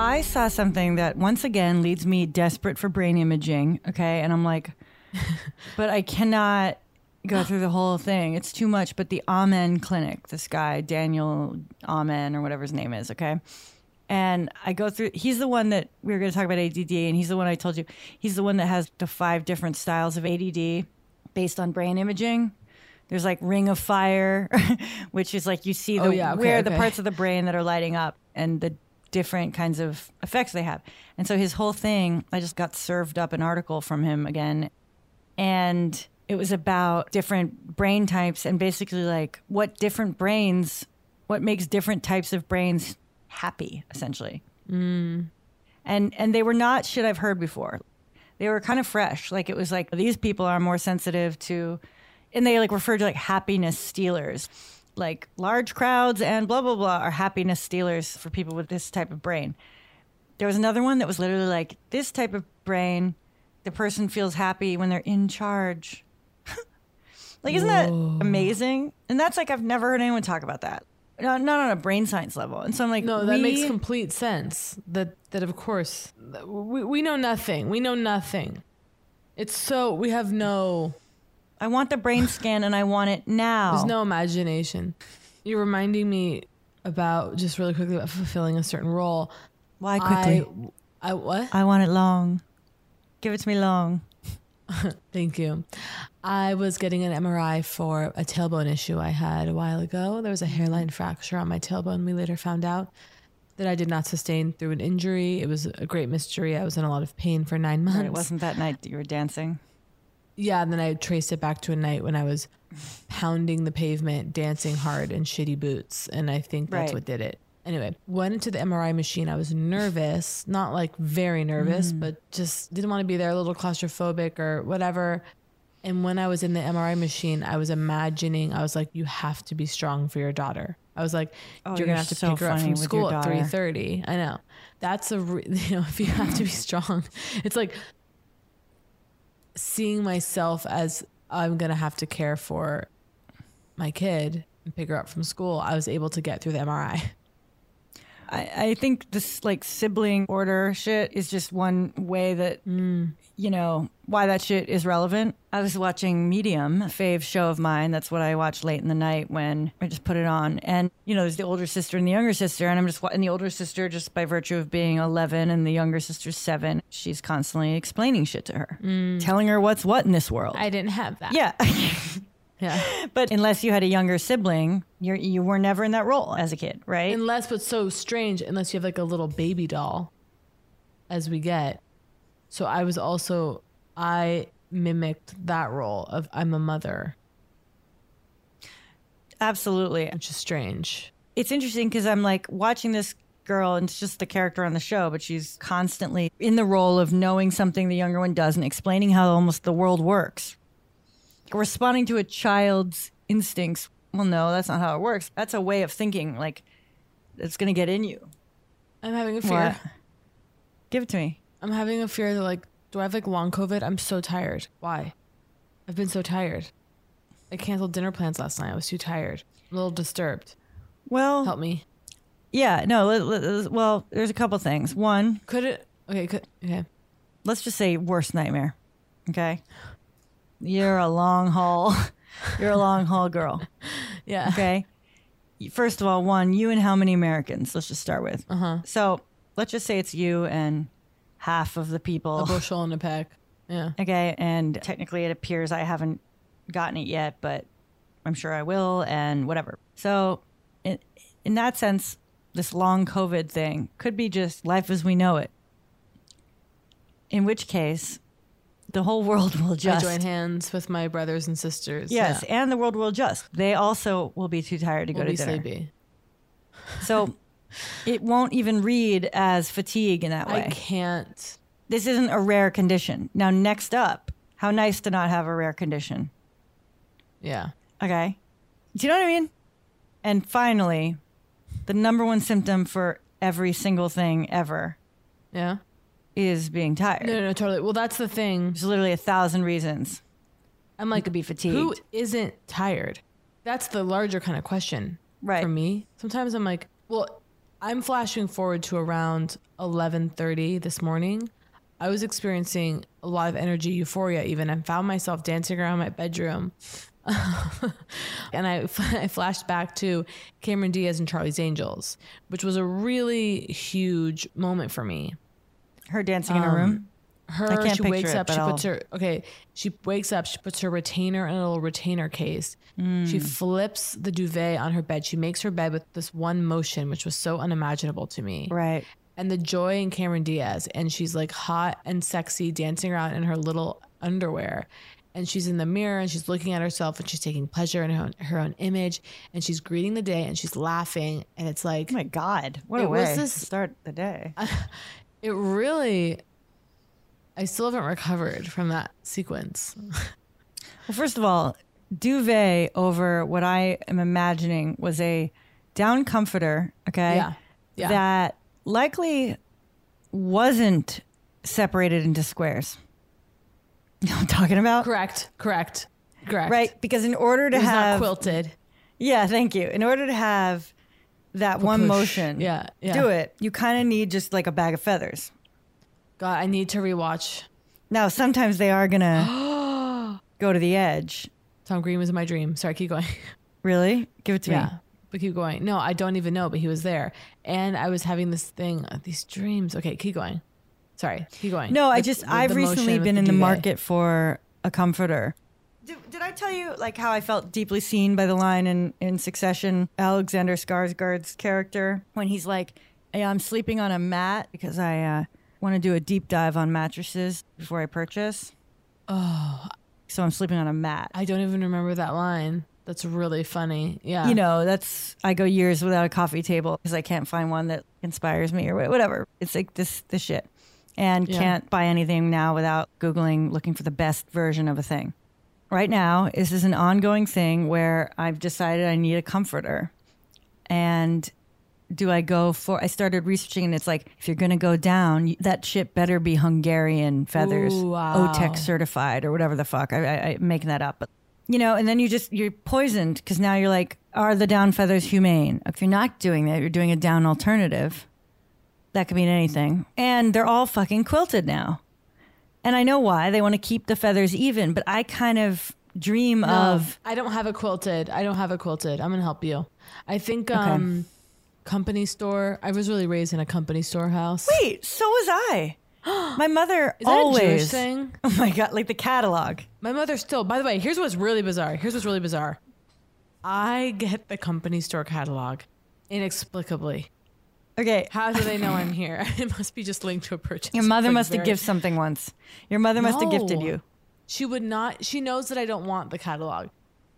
S3: I saw something that once again leads me desperate for brain imaging. Okay. And I'm like, but I cannot go through the whole thing. It's too much. But the Amen Clinic, this guy, Daniel Amen or whatever his name is. Okay. And I go through, he's the one that we were going to talk about ADD. And he's the one I told you, he's the one that has the five different styles of ADD based on brain imaging. There's like ring of fire, which is like you see the,
S4: Oh, yeah, okay,
S3: where the
S4: okay.
S3: parts of the brain that are lighting up and the different kinds of effects they have. And so his whole thing, I just got served up an article from him again. And it was about different brain types and basically like what different brains, what makes different types of brains happy, essentially.
S4: Mm.
S3: And and they were not shit I've heard before. They were kind of fresh. Like it was like these people are more sensitive to and they like referred to like happiness stealers. Like large crowds and blah blah blah are happiness stealers for people with this type of brain. There was another one that was literally like this type of brain, the person feels happy when they're in charge. like isn't that amazing? And that's like I've never heard anyone talk about that. Not, not on a brain science level. And so I'm like
S4: No, that makes
S3: we-
S4: complete sense. That that of course we we know nothing. We know nothing. It's so we have no
S3: I want the brain scan and I want it now.
S4: There's no imagination. You're reminding me about just really quickly about fulfilling a certain role.
S3: Why quickly?
S4: I, I what?
S3: I want it long. Give it to me long.
S4: Thank you. I was getting an MRI for a tailbone issue I had a while ago. There was a hairline fracture on my tailbone. We later found out that I did not sustain through an injury. It was a great mystery. I was in a lot of pain for nine months.
S3: But it wasn't that night that you were dancing.
S4: Yeah, and then I traced it back to a night when I was pounding the pavement, dancing hard in shitty boots, and I think that's
S3: Right.
S4: what did it. Anyway, went into the MRI machine. I was nervous, not like very nervous,
S3: Mm.
S4: but just didn't want to be there, a little claustrophobic or whatever. And when I was in the MRI machine, I was imagining, I was like, you have to be strong for your daughter. I was like,
S3: Oh,
S4: you're
S3: you're
S4: gonna have to
S3: so
S4: pick her up
S3: funny
S4: from
S3: with your
S4: school at
S3: daughter.
S4: three thirty. I know. That's a re- you know, if you have to be strong, it's like seeing myself as I'm gonna have to care for my kid and pick her up from school. I was able to get through the MRI.
S3: I, I think this like sibling order shit is just one way that
S4: Mm.
S3: you know why that shit is relevant. I was watching Medium, a fave show of mine. That's what I watch late in the night when I just put it on. And you know, there's the older sister and the younger sister, and I'm just wa- and the older sister just by virtue of being 11 and the younger sister's seven, she's constantly explaining shit to her,
S4: Mm.
S3: telling her what's what in this world.
S4: I didn't have that.
S3: Yeah. But unless you had a younger sibling, you you were never in that role as a kid, right?
S4: Unless what's so strange, unless you have like a little baby doll as we get. So I was also I mimicked that role of I'm a mother.
S3: Absolutely.
S4: Which is strange.
S3: It's interesting because I'm like watching this girl, and it's just the character on the show, but she's constantly in the role of knowing something the younger one doesn't, explaining how almost the world works, responding to a child's instincts. Well, no, that's not how it works. That's a way of thinking, like, it's going to get in you.
S4: I'm having a fear.
S3: What? Give it to me.
S4: I'm having a fear that like, do I have like long COVID? I'm so tired. Why? I've been so tired. I canceled dinner plans last night. I was too tired. A little disturbed.
S3: Well,
S4: help me.
S3: Yeah, no, let- let- let- well, there's a couple things. One,
S4: could it, okay, could, okay.
S3: Let's just say worst nightmare. Okay. You're a long haul. You're a long haul girl.
S4: Yeah.
S3: Okay. First of all, one, you and how many Americans? Let's just start with. Uh
S4: Uh-huh.
S3: huh. So let's just say it's you and half of the people.
S4: A bushel and a pack. Yeah.
S3: Okay. And technically, it appears I haven't gotten it yet, but I'm sure I will and whatever. So, in, in that sense, this long COVID thing could be just life as we know it. In which case, the whole world will just
S4: I join hands with my brothers and sisters.
S3: Yes,
S4: Yeah.
S3: and the world will adjust. They also will be too tired to go
S4: Will
S3: to
S4: be
S3: dinner.
S4: sleepy.
S3: So it won't even read as fatigue in that
S4: I
S3: way.
S4: can't.
S3: This isn't a rare condition. Now, next up, how nice to not have a rare condition.
S4: Yeah.
S3: Okay. Do you know what I mean? And finally, the number one symptom for every single thing ever.
S4: Yeah.
S3: Is being tired.
S4: No, no, totally. Well, that's the thing.
S3: There's literally a thousand reasons.
S4: I'm like,
S3: could be
S4: Who
S3: fatigued.
S4: isn't tired? That's the larger kind of question right. for me. Sometimes I'm like, well, I'm flashing forward to around 11:30 this morning. I was experiencing a lot of energy euphoria even and found myself dancing around my bedroom. and I, I flashed back to Cameron Diaz and Charlie's Angels, which was a really huge moment for me. Um,
S3: Her dancing in her room?
S4: Her,
S3: I can't
S4: she
S3: picture
S4: wakes
S3: it,
S4: up,
S3: but
S4: she
S3: I'll-
S4: puts her, okay, she wakes up, she puts her retainer in a little retainer case. She
S3: Mm.
S4: flips the duvet on her bed. She makes her bed with this one motion, which was so unimaginable to me.
S3: Right.
S4: And the joy in Cameron Diaz, and she's like hot and sexy dancing around in her little underwear. And she's in the mirror and she's looking at herself and she's taking pleasure in her own, her own image and she's greeting the day and she's laughing. And it's like, oh
S3: my God, What
S4: it
S3: a way
S4: was this
S3: to start the day.
S4: it really i still haven't recovered from that sequence
S3: Well, first of all, duvet over what I am imagining was a down comforter, okay?
S4: Yeah. Yeah.
S3: That likely wasn't separated into squares. You know what I'm talking about?
S4: Correct. Correct. Correct.
S3: Right? Because in order to
S4: It was not
S3: have
S4: quilted.
S3: Yeah, thank you. In order to have that one
S4: Push.
S3: motion
S4: Yeah, yeah.
S3: do it, you kind of need just like a bag of feathers.
S4: god i need to rewatch
S3: Now, sometimes they are going to go to the edge.
S4: tom green was in my dream sorry keep going
S3: Really? Give it to
S4: yeah
S3: me.
S4: but keep going no i don't even know but he was there and i was having this thing uh, these dreams okay keep going sorry keep going
S3: No, I
S4: With-
S3: just
S4: with
S3: I've
S4: the
S3: recently
S4: motion, with
S3: been in the
S4: duvet.
S3: market for a comforter. Did, did I tell you like how I felt deeply seen by the line in in Succession, Alexander Skarsgård's character when he's like, "Yeah, I'm sleeping on a mat because I uh, want to do a deep dive on mattresses before I purchase."
S4: Oh,
S3: so I'm sleeping on a mat.
S4: I don't even remember that line. That's really funny. Yeah.
S3: You know, that's I go years without a coffee table because I can't find one that inspires me or wha- whatever. It's like this the shit, and
S9: Yeah.
S3: can't buy anything now without googling looking for the best version of a thing. Right now, this is an ongoing thing where I've decided I need a comforter, and do I go for? I started researching, and it's like if you're gonna go down, that shit better be Hungarian feathers,
S9: Ooh, wow.
S3: OTEC certified, or whatever the fuck. I, I, I'm making that up, but you know. And then you just you're poisoned because now you're like, are the down feathers humane? If you're not doing that, you're doing a down alternative. That could mean anything, and they're all fucking quilted now. And I know why they want to keep the feathers even, but I kind of dream
S4: No,
S3: of
S4: I don't have a quilted. I don't have a quilted. I'm gonna help you. I think
S3: Okay.
S4: um company store. I was really raised in a company store house.
S3: Wait, so was I. My mother
S4: Is that a Jewish
S3: always
S4: thing?
S3: Oh my god, like the catalog.
S4: My mother still. By the way, here's what's really bizarre. Here's what's really bizarre. I get the company store catalog inexplicably.
S3: Okay.
S4: How do they know I'm here? It must be just linked to a purchase.
S3: Your mother
S4: It's like
S3: must have
S4: very-
S3: gifted something once. Your mother must have gifted
S4: No.
S3: you.
S4: She would not. She knows that I don't want the catalog.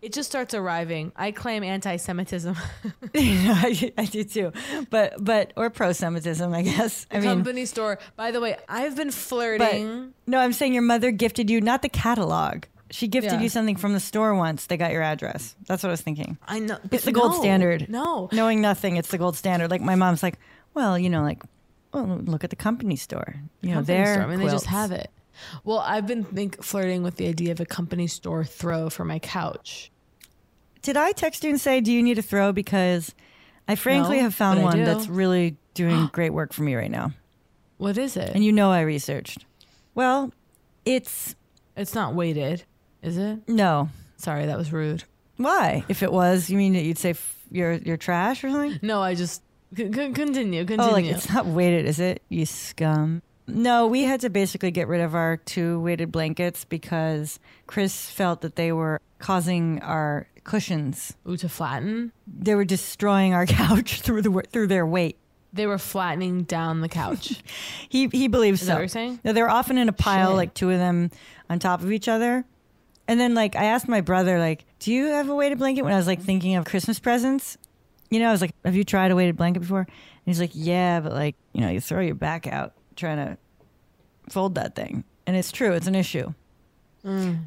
S4: It just starts arriving. I claim anti-Semitism.
S3: I, I do too, but but or pro-Semitism, I guess. I mean,
S4: company store. By the way, I've been
S3: but
S4: flirting.
S3: no, I'm saying your mother gifted you not the catalog. She gifted
S4: Yeah.
S3: you something from the store once. They got your address. That's what I was thinking.
S4: I know.
S3: It's
S4: but
S3: the gold
S4: no,
S3: standard.
S4: No.
S3: Knowing nothing, it's the gold standard. Like my mom's like, well, you know, like, well, look at the company store. You know,
S4: Company
S3: their
S4: store. I mean, they
S3: quilts.
S4: just have it. Well, I've been think, flirting with the idea of a company store throw for my couch.
S3: Did I text you and say, do you need a throw? Because I frankly
S4: No,
S3: have found
S4: but I
S3: one
S4: do.
S3: that's really doing great work for me right now.
S4: What is it?
S3: And you know I researched. Well, it's
S4: It's not weighted, is it?
S3: no.
S4: Sorry, that was rude.
S3: Why? If it was, you mean that you'd say f- you're, you're trash or something?
S4: No, I just c- c- continue. Continue.
S3: Oh, like it's not weighted, is it? You scum. No, we had to basically get rid of our two weighted blankets because Chris felt that they were causing our cushions.
S4: Ooh, to flatten.
S3: They were destroying our couch through the through their weight.
S4: They were flattening down the couch.
S3: He he believes so.
S4: Is that what you're saying?
S3: No, they were often in a pile,
S4: Shit.
S3: like two of them on top of each other. And then like I asked my brother, like, do you have a weighted blanket? When I was like thinking of Christmas presents. You know, I was like, have you tried a weighted blanket before? And he's like, yeah, but like, you know, you throw your back out trying to fold that thing. And it's true, it's an issue.
S4: Mm.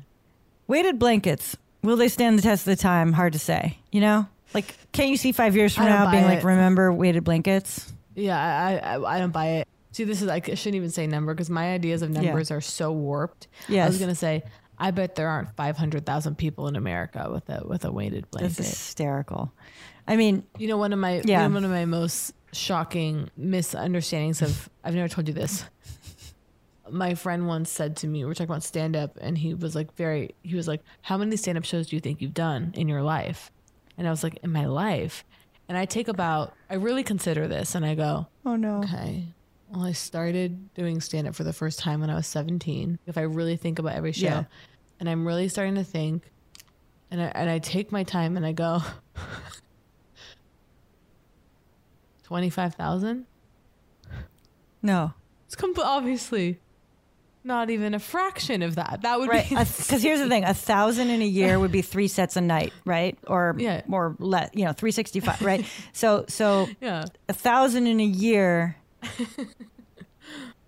S3: Weighted blankets, will they stand the test of the time? Hard to say. You know? Like, can't you see five years from
S4: I don't
S3: now being
S4: buy
S3: like,
S4: it.
S3: remember weighted blankets?
S4: Yeah, I, I I don't buy it. See, this is I shouldn't even say number because my ideas of
S3: Yeah.
S4: numbers are so warped. I
S3: Yes.
S4: was gonna say I bet there aren't five hundred thousand people in America with a with a weighted
S3: That's
S4: blanket.
S3: hysterical. I mean,
S4: you know, one of my
S3: Yeah.
S4: one of my most shocking misunderstandings of I've never told you this. My friend once said to me, we we're talking about stand up, and he was like, very, he was like, How many stand up shows do you think you've done in your life? And I was like, In my life. And I take about, I really consider this and I go,
S3: Oh no.
S4: Okay. Well, I started doing stand up for the first time when I was 17. If I really think about every show,
S3: Yeah.
S4: and I'm really starting to think, and I, and I take my time and I go, 25,000?
S3: No.
S4: It's compl- obviously not even a fraction of that. That would
S3: right
S4: be
S3: because here's the thing uh, a thousand in a year would be three sets a night right or yeah. or less you know 365 right so so
S4: Yeah.
S3: a thousand in a year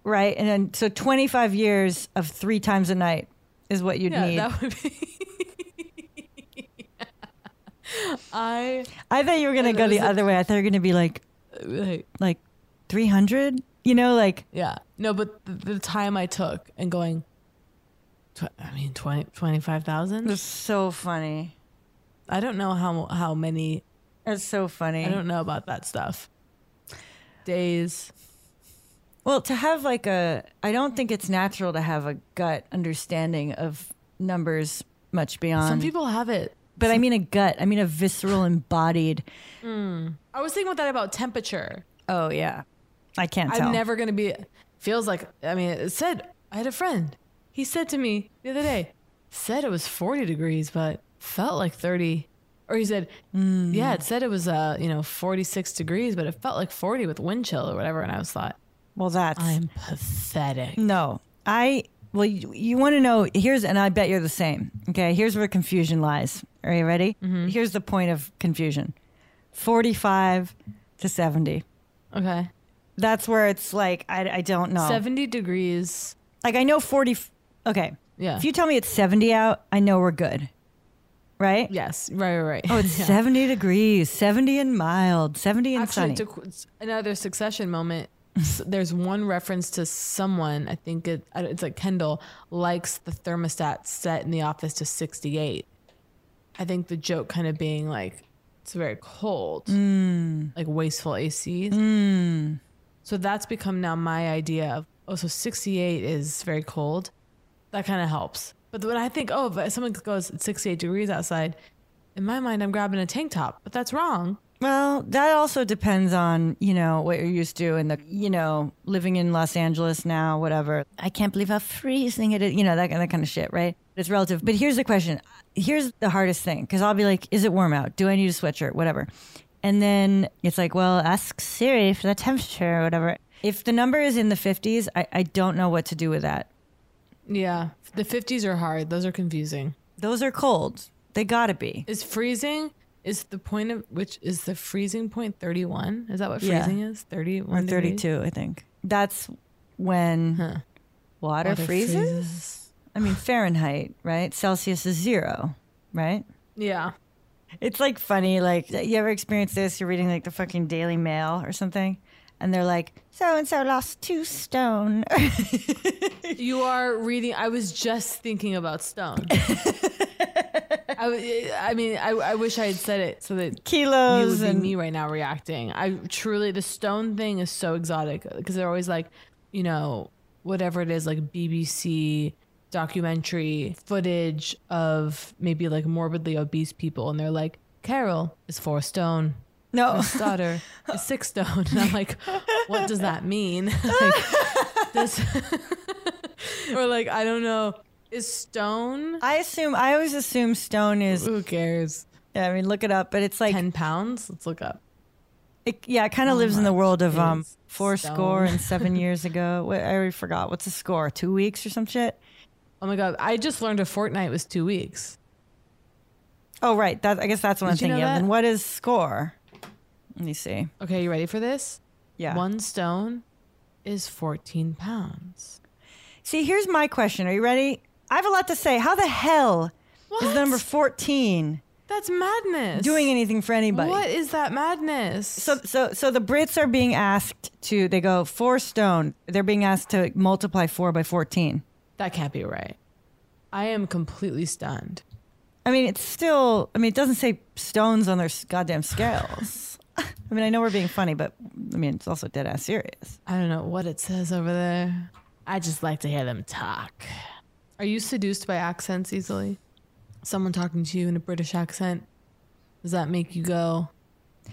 S3: right and then so 25 years of three times a night is what you'd
S4: Yeah,
S3: need
S4: that would be. I
S3: i thought you were going to
S4: that
S3: go the
S4: was a- Uh,
S3: other way i thought you were going to be like
S4: like
S3: like 300 you know like
S4: Yeah. No, but the, the time I took and going, tw- I mean, 20, 25,000?
S3: That's so funny.
S4: I don't know how how many.
S3: That's so funny.
S4: I don't know about that stuff. Days.
S3: Well, to have like a, I don't think it's natural to have a gut understanding of numbers much beyond.
S4: Some people have it.
S3: but I mean a gut. I mean a visceral, embodied.
S4: Mm. I was thinking about that about temperature.
S3: Oh yeah, I can't tell.
S4: I'm never going to be. Feels like, I mean, it said, I had a friend. He said to me the other day, said it was 40 degrees, but felt like 30. Or he said,
S3: Mm.
S4: yeah, it said it was, uh, you know, 46 degrees, but it felt like 40 with wind chill or whatever. And I was thought,
S3: Well, that's
S4: I'm pathetic.
S3: No, I. Well, you, you want to know here's, and I bet you're the same. Okay, here's where confusion lies. Are you ready?
S4: Mm-hmm.
S3: Here's the point of confusion 45 to 70.
S4: Okay.
S3: That's where it's like, I, I don't know.
S4: 70 degrees.
S3: Like, I know 40. Okay.
S4: Yeah.
S3: If you tell me it's 70 out, I know we're good. Right?
S4: Yes. Right, right, right.
S3: Oh, it's
S4: Yeah.
S3: 70 degrees, 70 and mild, 70 and sunny.
S4: Actually, to, qu- s- another succession moment. s- There's one reference to someone. I think it, I- it's like Kendall likes the thermostat set in the office to 68. I think the joke kind of being like it's very cold,
S3: Mm.
S4: like wasteful ACs.
S3: Mm.
S4: So that's become now my idea of oh, so 68 is very cold. That kind of helps. But when I think oh, but someone goes it's 68 degrees outside, in my mind I'm grabbing a tank top, but that's wrong.
S3: Well, that also depends on, you know, what you're used to and the, you know, living in Los Angeles now, whatever. I can't believe how freezing it is, you know, that, that kind of shit, right? It's relative. But here's the question. Here's the hardest thing because I'll be like, is it warm out? Do I need a sweatshirt? Whatever. And then it's like, well, ask Siri for the temperature or whatever. If the number is in the 50s, I, I don't know what to do with that.
S4: Yeah, the 50s are hard. Those are confusing.
S3: Those are cold. They gotta be.
S4: Is freezing is the point of which is the freezing point 31? Is that what
S3: Yeah.
S4: freezing is? 31
S3: Or 32, I think. That's when water,
S4: Water
S3: freezes? I mean, Fahrenheit, right? Celsius is zero, right?
S4: Yeah.
S3: It's like funny. Like, you ever experience this? You're reading like the fucking Daily Mail or something, and they're like, so and so lost two stone.
S4: you are reading. I was just thinking about Stone. I, w- I mean, I, I wish I had said it so that
S3: Kilos
S4: you would be
S3: and-
S4: me right now reacting. I truly, the Stone thing is so exotic because they're always like, you know, whatever it is, like BBC documentary footage of maybe like morbidly obese people, and they're like, Carol is four stone.
S3: No.
S4: His daughter is six stone. And I'm like, what does that mean? like, this or like I don't know. Is stone?
S3: I assume. I always assume stone is.
S4: Who cares?
S3: Yeah, I mean, look it up, but it's like
S4: ten pounds. Let's look up.
S3: It, yeah, it kind
S4: How
S3: of lives in the
S4: much
S3: world of um
S4: is
S3: four
S4: stone?
S3: score and seven years ago. What, I already forgot. What's a score? Two weeks or some shit.
S4: Oh my god! I just learned a fortnight was two weeks.
S3: Oh right, that I guess that's what
S4: Did
S3: I'm
S4: you know
S3: thinking of.
S4: that?
S3: And what is score? Let me see.
S4: Okay, you ready for this?
S3: Yeah.
S4: One stone is fourteen pounds.
S3: See, here's my question. Are you ready? I have a lot to say. How the hell is the number fourteen
S4: That's madness.
S3: doing anything for anybody?
S4: What is that madness?
S3: So, so, so the Brits are being asked to. They go four stone. They're being asked to multiply four by fourteen.
S4: That can't be right. I am completely stunned.
S3: I mean, it's still. I mean, it doesn't say stones on their s- goddamn scales. I mean, I know we're being funny, but I mean, it's also dead ass serious.
S4: I don't know what it says over there. I just like to hear them talk. Are you seduced by accents easily? Someone talking to you in a British accent? Does that make you go?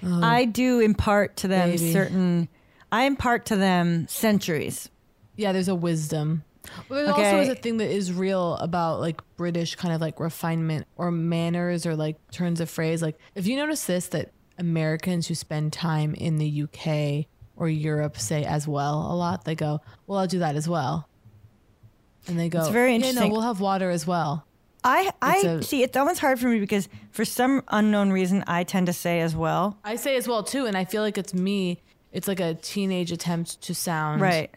S4: "Oh,
S3: I do impart to them
S4: Baby.
S3: certain. I impart to them centuries.
S4: yeah, there's a wisdom. Well, there also
S3: Okay.
S4: is a thing that is real about like British kind of like refinement or manners or like turns of phrase. Like, if you notice this, that Americans who spend time in the UK or Europe say as well a lot, they go, Well, I'll do that as well. And they go,
S3: It's very
S4: Yeah,
S3: interesting.
S4: no, we'll have water as well.
S3: I, I
S4: It's a-
S3: see. It's almost hard for me because for some unknown reason, I tend to say as well.
S4: I say as well too, and I feel like it's me. It's like a teenage attempt to sound
S3: Right.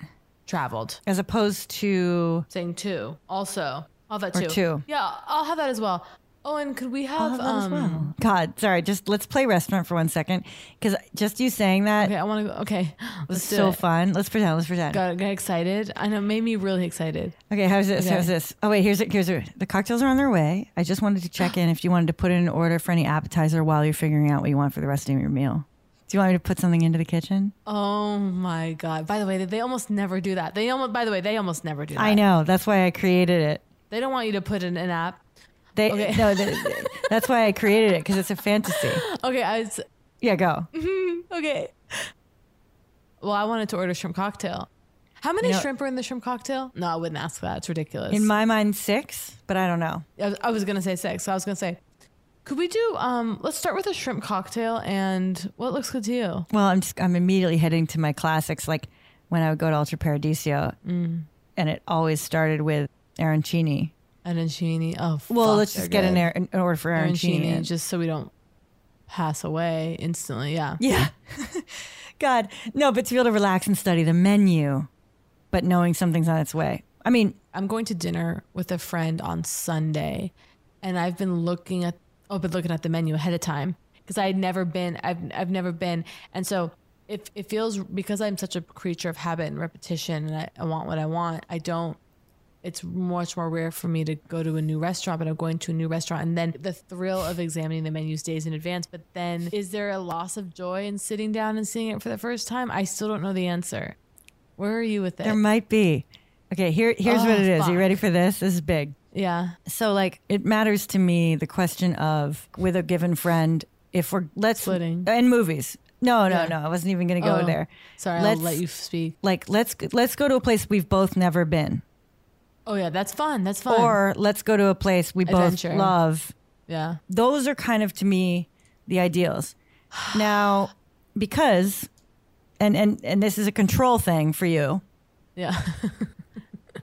S4: traveled.
S3: As opposed to
S4: Saying too. Also, I'll have that
S3: Or
S4: too.
S3: two.
S4: Yeah, I'll have that as well. Oh, and could we have,
S3: I'll have that as
S4: um,
S3: well. God, sorry. Just let's play restaurant for one second, because just you saying that. Okay,
S4: I want to go. Okay,
S3: was
S4: let's do
S3: so
S4: it.
S3: fun. Let's pretend. Let's pretend.
S4: Got, got excited. I know, made me really excited.
S3: Okay, how's this?
S4: Okay.
S3: How's this? Oh wait, here's it. Here's it. The cocktails are on their way. I just wanted to check in if you wanted to put in an order for any appetizer while you're figuring out what you want for the rest of your meal. Do you want me to put something into the kitchen?
S4: Oh my god! By the way, they- they almost never do that. They almost. By the way, they almost never do that.
S3: I know. That's why I created it.
S4: They don't want you to put in an app.
S3: They
S4: Okay.
S3: no. They, that's why I created it because it's a fantasy.
S4: Okay, I was.
S3: Yeah, go.
S4: okay. Well, I wanted to order shrimp cocktail. How many
S3: You know-
S4: shrimp are in the shrimp cocktail? No, I wouldn't ask that. It's ridiculous.
S3: In my mind, six, but I don't know.
S4: I was, I was gonna say six. So I was gonna say, could we do? Um, let's start with a shrimp cocktail. And what looks good to you?
S3: Well, I'm just, I'm immediately heading to my classics, like when I would go to Ultra Paradiso,
S4: Mm.
S3: and it always started with arancini.
S4: arancini. Oh,
S3: Well,
S4: fuck,
S3: let's
S4: they're
S3: just get an
S4: good.
S3: ar- an order for arancini.
S4: arancini, just so we don't pass away instantly. Yeah.
S3: Yeah. God, no, but to be able to relax and study the menu, but knowing something's on its way. I mean,
S4: I'm going to dinner with a friend on Sunday, and I've been looking at oh, been looking at the menu ahead of time because I had never been. I've I've never been, and so it it feels because I'm such a creature of habit and repetition, and I, I want what I want. I don't. It's much more rare for me to go to a new restaurant, but I'm going to a new restaurant, and then the thrill of examining the menus days in advance. But then, is there a loss of joy in sitting down and seeing it for the first time? I still don't know the answer. Where are you with it?
S3: There might be. Okay, here here's what
S4: Oh,
S3: it is. Are you
S4: fuck.
S3: ready for this? This is big.
S4: Yeah.
S3: So like it matters to me the question of with a given friend if we're let's
S4: Splitting.
S3: and movies. No, no,
S4: Yeah.
S3: no. I wasn't even going to go
S4: Oh,
S3: there.
S4: sorry, I'll let you f- speak.
S3: Like let's let's go to a place we've both never been.
S4: Oh yeah, that's fun. That's fun.
S3: Or let's go to a place we
S4: Adventure.
S3: both love.
S4: Yeah.
S3: Those are kind of to me the ideals. Now, because and and and this is a control thing for you.
S4: Yeah.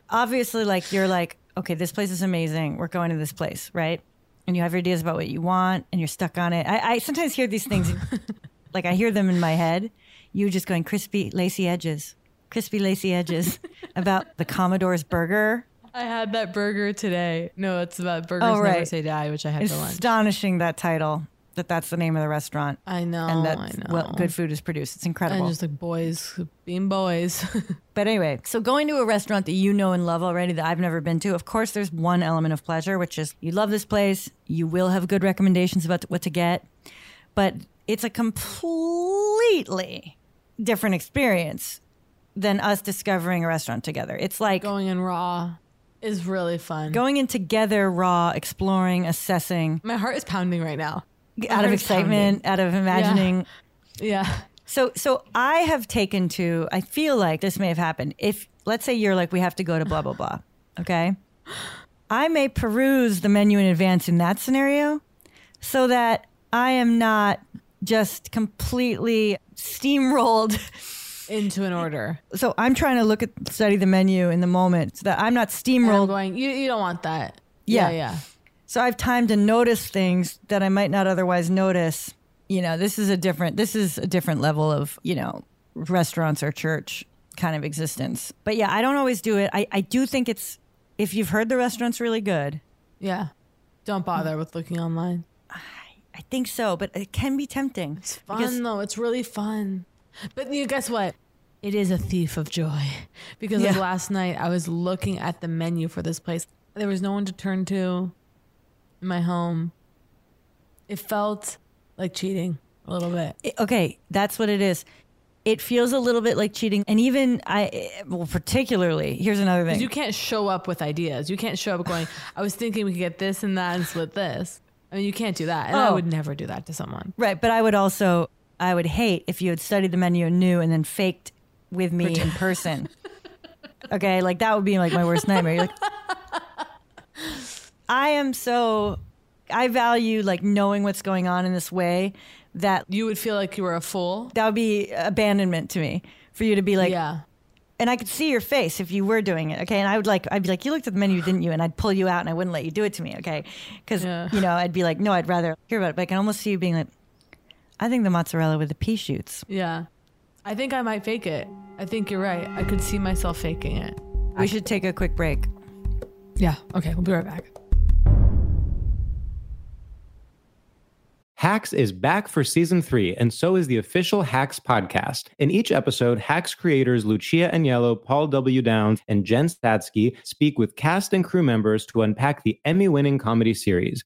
S3: obviously like you're like okay this place is amazing we're going to this place right and you have your ideas about what you want and you're stuck on it i, I sometimes hear these things like i hear them in my head you just going crispy lacy edges crispy lacy edges about the commodore's burger
S4: I had that burger today. No, it's about burgers
S3: Oh,
S4: never
S3: right.
S4: say die, which I had for lunch.
S3: astonishing that title that that's the name of the restaurant
S4: I know.
S3: and
S4: I
S3: that's
S4: know.
S3: what good food is produced it's incredible
S4: And just like boys being boys.
S3: But anyway, so going to a restaurant that you know and love already that I've never been to, of course, there's one element of pleasure, which is you love this place, you will have good recommendations about what to get, but it's a completely different experience than us discovering a restaurant together. It's like
S4: going in raw is really fun.
S3: Going in together, raw, exploring, assessing,
S4: My heart is pounding right now. My
S3: out
S4: heart
S3: of
S4: is
S3: excitement,
S4: pounding.
S3: out of imagining.
S4: Yeah.
S3: So so I have taken to I feel like this may have happened. If let's say you're like we have to go to blah blah blah, okay? I may peruse the menu in advance in that scenario so that I am not just completely steamrolled
S4: into an order.
S3: So I'm trying to look at study the menu in the moment so that I'm not
S4: And I'm
S3: steamrolled.
S4: going, you, you don't want that.
S3: Yeah.
S4: Yeah. yeah.
S3: So I have time to notice things that I might not otherwise notice. You know, this is a different this is a different level of, you know, restaurants or church kind of existence. But yeah, I don't always do it. I, I do think it's if you've heard the restaurant's really good.
S4: Yeah. Don't bother with looking online.
S3: I think so, Oh, but it can be tempting. It's
S4: Fun though. It's really fun. But you guess what? It is a thief of joy. Because like
S3: Yeah.
S4: last night I was looking at the menu for this place. There was no one to turn to in my home. It felt like cheating a little bit.
S3: It- okay, that's what it is. It feels a little bit like cheating, and even I, well, particularly here's another
S4: Because
S3: thing.
S4: you can't show up with ideas. You can't show up going, I was thinking we could get this and that and split this. I mean, you can't do that. And I
S3: Oh.
S4: would never do that to someone.
S3: Right, but I would also I would hate if you had studied the menu and knew and then faked with me in person. okay, like that would be like my worst nightmare. You're like I am so I value like knowing what's going on in this way that
S4: you would feel like you were a fool.
S3: That would be abandonment to me for you to be like
S4: Yeah.
S3: And I could see your face if you were doing it, okay? And I would like, I'd be like, you looked at the menu, didn't you? And I'd pull you out and I wouldn't let you do it to me, okay? Because, you know, I'd be like, no, I'd rather hear about it. But I can almost see you being like, I think the mozzarella with the pea shoots.
S4: Yeah. I think I might fake it. I think you're right. I could see myself faking it.
S3: We should take a quick break.
S4: Yeah. Okay. We'll be right back.
S8: Hacks is back for season three, and so is the official Hacks podcast. In each episode, Hacks creators Lucia Agnello, Paul W. Downs, and Jen Statsky speak with cast and crew members to unpack the Emmy winning comedy series.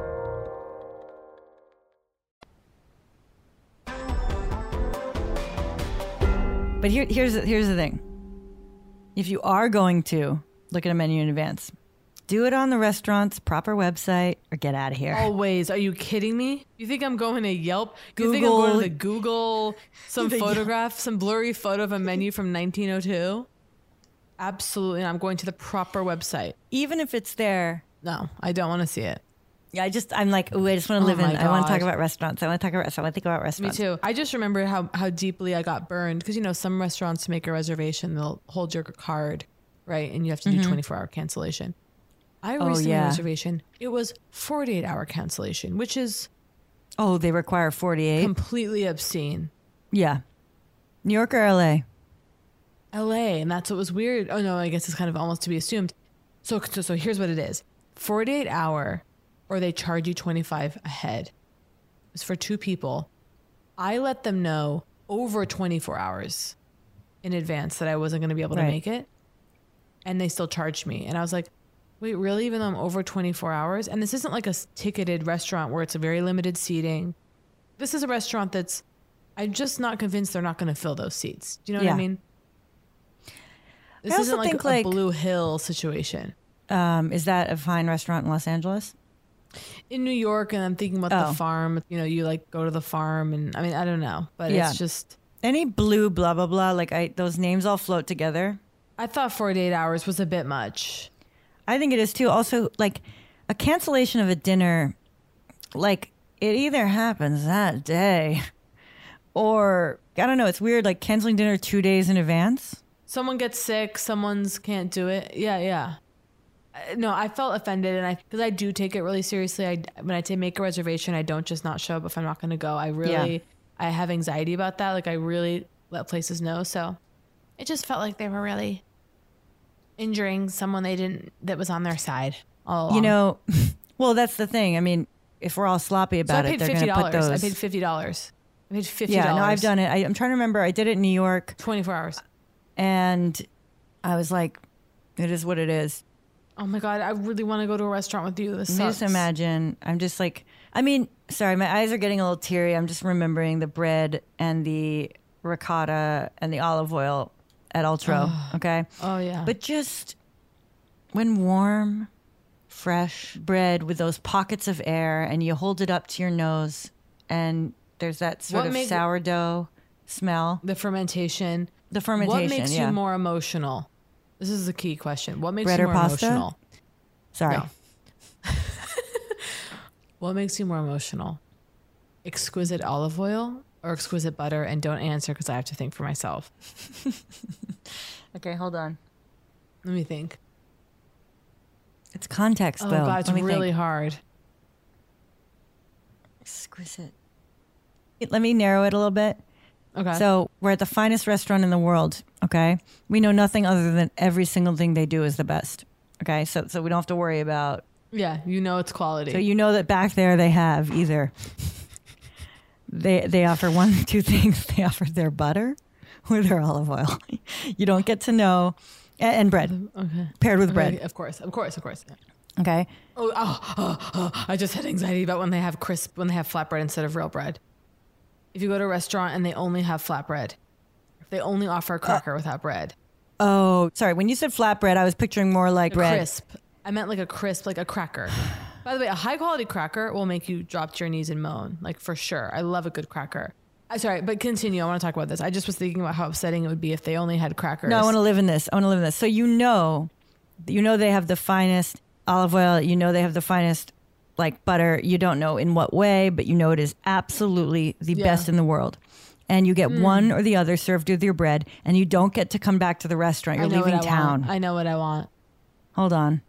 S3: But here, here's here's the thing. If you are going to look at a menu in advance, do it on the restaurant's proper website or get out of here.
S4: Always. Are you kidding me? You think I'm going to Yelp? You think I'm
S3: Google.
S4: going to the Google some
S3: The Yelp.
S4: photograph, some blurry photo of a menu from 1902? Absolutely. not. I'm going to the proper website.
S3: Even if it's there.
S4: No, I don't want to see it.
S3: Yeah, I just I'm like, ooh, I just want
S4: Oh
S3: to live in.
S4: my
S3: I want to talk
S4: God.
S3: about restaurants. I want to talk about. I want to think about
S4: Me
S3: restaurants.
S4: too. I just remember how, how deeply I got burned because, you know, some restaurants make a reservation, they'll hold your card, right? And you have to
S3: Mhm.
S4: do 24 hour cancellation. I
S3: Oh,
S4: recently had
S3: yeah.
S4: a reservation. It was 48 hour cancellation, which is
S3: Oh, they require 48.
S4: completely obscene.
S3: yeah, New York or LA.
S4: LA, and that's what was weird. Oh no, I guess it's kind of almost to be assumed. So so, so here's what it is: 48 hour, or they charge you 25 ahead. It's for two people. I let them know over 24 hours in advance that I wasn't going to be able to
S3: Right.
S4: make it, and they still charged me. And I was like, "Wait, really? Even though I'm over 24 hours?" And this isn't like a s- ticketed restaurant where it's a very limited seating. This is a restaurant that's. I'm just not convinced they're not going to fill those seats. Do you know what
S3: Yeah.
S4: I mean? This
S3: I also
S4: isn't like
S3: think,
S4: a
S3: like-
S4: Blue Hill situation
S3: Um, is that a fine restaurant in Los Angeles?
S4: in New York, and I'm thinking about
S3: Oh.
S4: the farm. You know, you like go to the farm, and I mean, I don't know, but
S3: Yeah.
S4: it's just.
S3: Any blue blah blah blah. Like I, those names all float together.
S4: I thought 48 hours was a bit much.
S3: I think it is too. Also, like a cancellation of a dinner, like it either happens that day, or I don't know. It's weird. Like canceling dinner two days in advance.
S4: Someone gets sick, someone's can't do it. Yeah, yeah. Uh, No, I felt offended, and I because I do take it really seriously. I when I t- make a reservation, I don't just not show up if I'm not going to go. I really, I have anxiety about that. Like I really let places know. So it just felt like they were really injuring someone they didn't that was on their side. All
S3: You
S4: along.
S3: know, well that's the thing. I mean, if we're all sloppy
S4: so I
S3: about it,
S4: paid
S3: they're
S4: fifty
S3: going to put
S4: dollars.
S3: those.
S4: I paid fifty dollars. I paid fifty dollars.
S3: Yeah, no, I've done it. I, I'm trying to remember. I did it in New York.
S4: 24 hours.
S3: And I was like, it is what it is.
S4: Oh my god, I really want to go to a restaurant with you. This
S3: Let me just
S4: sucks.
S3: imagine. I'm just like, I mean, sorry, my eyes are getting a little teary. I'm just remembering the bread and the ricotta and the olive oil at Ultra.
S4: Oh.
S3: Okay.
S4: Oh yeah.
S3: But just when warm, fresh bread with those pockets of air and you hold it up to your nose and there's that sort
S4: What
S3: of
S4: make-
S3: sourdough smell.
S4: The fermentation.
S3: The fermentation.
S4: What makes
S3: yeah.
S4: you more emotional? This is the key question. What makes
S3: bread
S4: you
S3: or
S4: more
S3: pasta?
S4: emotional?
S3: Sorry.
S4: No. What makes you more emotional? Exquisite olive oil or exquisite butter? And don't answer because I have to think for myself.
S3: Okay, hold on.
S4: Let me think.
S3: It's context,
S4: Oh,
S3: though.
S4: God, it's
S3: Let me
S4: really
S3: think.
S4: hard.
S3: Exquisite. Let me narrow it a little bit.
S4: Okay.
S3: So we're at the finest restaurant in the world. Okay. We know nothing other than every single thing they do is the best. Okay. So so we don't have to worry about.
S4: Yeah, you know it's quality.
S3: So you know that back there they have either. They they offer one of two things. They offer their butter or their olive oil. You don't get to know, a- and bread
S4: Okay.
S3: paired with
S4: Okay,
S3: bread.
S4: Of course, of course, of course. Yeah.
S3: Okay.
S4: Oh, oh, oh, oh, I just had anxiety about when they have crisp, when they have flatbread instead of real bread. If you go to a restaurant and they only have flatbread, they only
S3: Uh.
S4: offer a cracker without bread.
S3: Oh, sorry. When you said flatbread, I was picturing more like
S4: A
S3: bread.
S4: crisp. I meant like a crisp, like a cracker. By the way, a high quality cracker will make you drop to your knees and moan, like for sure. I love a good cracker. I'm sorry, but continue. I want to talk about this. I just was thinking about how upsetting it would be if they only had crackers.
S3: No, I want to live in this. I want to live in this. So you know, you know they have the finest olive oil. You know they have the finest like butter. You don't know in what way, but you know it is absolutely the
S9: Yeah.
S3: best in the world. And you get
S4: Mm.
S3: one or the other served with your bread, and you don't get to come back to the restaurant.
S4: I
S3: You're
S4: know what
S3: leaving
S4: I
S3: town.
S4: want. I know what I want.
S3: Hold on.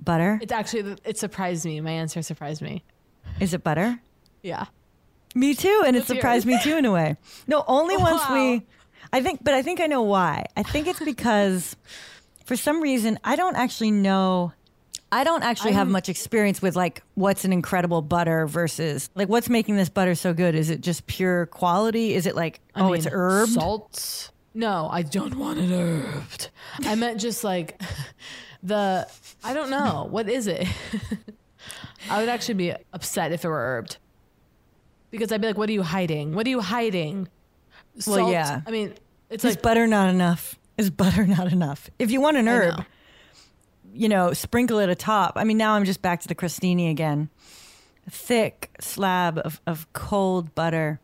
S3: Butter?
S4: It's actually, it surprised me. My answer surprised me.
S3: Is it butter?
S4: Yeah.
S3: Me too, and it
S4: What's yours?
S3: surprised me too in a way. No,
S4: Oh,
S3: only once we I think but I think I know why. I think it's because for some reason I don't actually know I don't actually have
S9: I'm-
S3: much experience with like what's an incredible butter versus like what's making this butter so good? Is it just pure quality? Is it like
S4: I
S3: oh it's
S4: mean,
S3: herbed?
S4: Salt? No, I don't want it herbed. I meant just like the I don't know what is it. I would actually be upset if it were herbed because I'd be like, "What are you hiding? What are you hiding?"
S3: Well,
S4: Salt-
S3: yeah.
S4: I mean, it's
S3: is
S4: like
S3: butter not enough? Is butter not enough? If you want an
S4: I
S3: herb,
S4: know.
S3: you know, sprinkle it atop. I mean, now I'm just back to the crostini again. A thick slab of, of cold butter.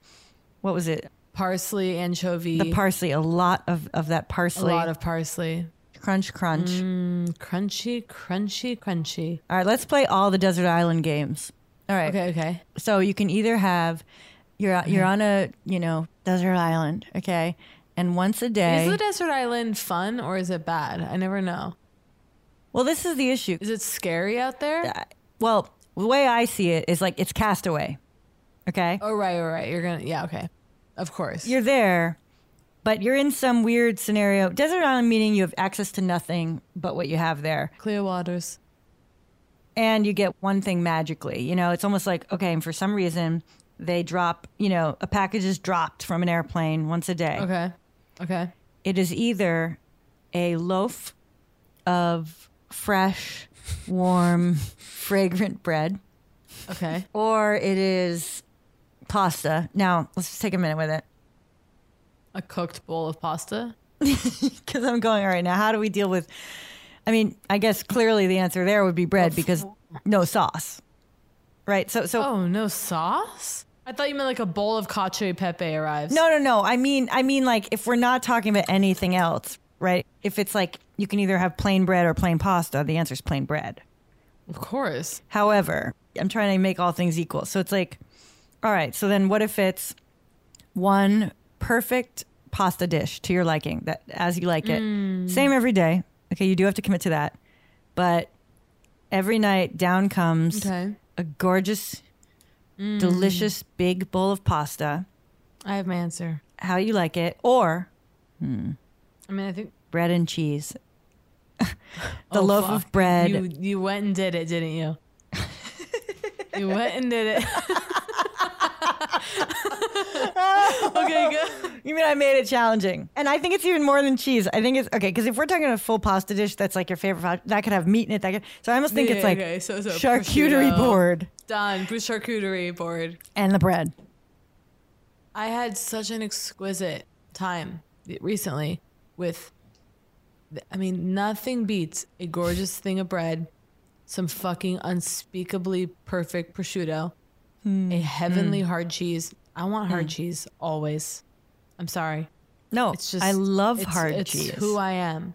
S3: What was it?
S4: parsley, anchovy,
S3: The parsley, a lot of, of that
S4: a
S3: parsley.
S4: lot of parsley,
S3: crunch, crunch.
S4: Mm, crunchy, crunchy, crunchy.
S3: All right, let's play all the desert island games. All right.
S4: Okay, okay.
S3: So you can either have you're you're on a you know desert island, okay, and once a day.
S4: Is the desert island fun or is it bad? I never know.
S3: well, this is the issue.
S4: Is it scary out there?
S3: Well, the way I see it is like it's castaway. Okay.
S4: Oh right, all right. You're gonna yeah, okay. Of course.
S3: You're there, but you're in some weird scenario. Desert island meaning you have access to nothing but what you have there.
S4: Clear waters.
S3: And you get one thing magically. You know, it's almost like, okay, and for some reason they drop, you know, a package is dropped from an airplane once a day.
S4: Okay. Okay.
S3: It is either a loaf of fresh, warm, fragrant bread.
S4: Okay.
S3: Or it is pasta. Now, let's just take a minute with it.
S4: A cooked bowl of pasta.
S3: Because I'm going, all right, now how do we deal with? I mean, I guess clearly the answer there would be bread because no sauce. Right. So, so.
S4: Oh, no sauce? I thought you meant like a bowl of cacio e pepe arrives.
S3: No, no, no. I mean, I mean, like if we're not talking about anything else, right? If it's like you can either have plain bread or plain pasta, the answer is plain bread.
S4: Of course.
S3: However, I'm trying to make all things equal. So it's like, all right, so then what if it's one perfect pasta dish to your liking, that as you like it,
S9: Mm.
S3: same every day. Okay, you do have to commit to that, but every night down comes
S4: Okay.
S3: a gorgeous,
S4: Mm.
S3: delicious big bowl of pasta,
S4: I have my answer.
S3: how you like it, or hmm,
S4: I mean, I think
S3: bread and cheese, the
S4: Oh,
S3: loaf
S4: fuck.
S3: of bread.
S4: You you went and did it, didn't you? you went and did it.
S3: okay,
S4: good.
S3: You mean I made it challenging? And I think it's even more than cheese. I think it's okay because if we're talking a full pasta dish, that's like your favorite pasta, that could have meat in it. That could, so I almost think it's
S4: Yeah,
S3: like
S4: okay, so- so
S3: charcuterie
S4: prosciutto.
S3: board
S4: Done. Bruce charcuterie board.
S3: and the bread.
S4: I had such an exquisite time recently with, I mean, nothing beats a gorgeous thing of bread, some fucking unspeakably perfect prosciutto,
S3: Hmm.
S4: a heavenly
S3: Hmm.
S4: hard cheese. I want hard
S3: Hmm.
S4: cheese always. I'm sorry.
S3: No,
S4: It's just
S3: I love
S4: it's-
S3: hard
S4: it's
S3: cheese.
S4: who I am.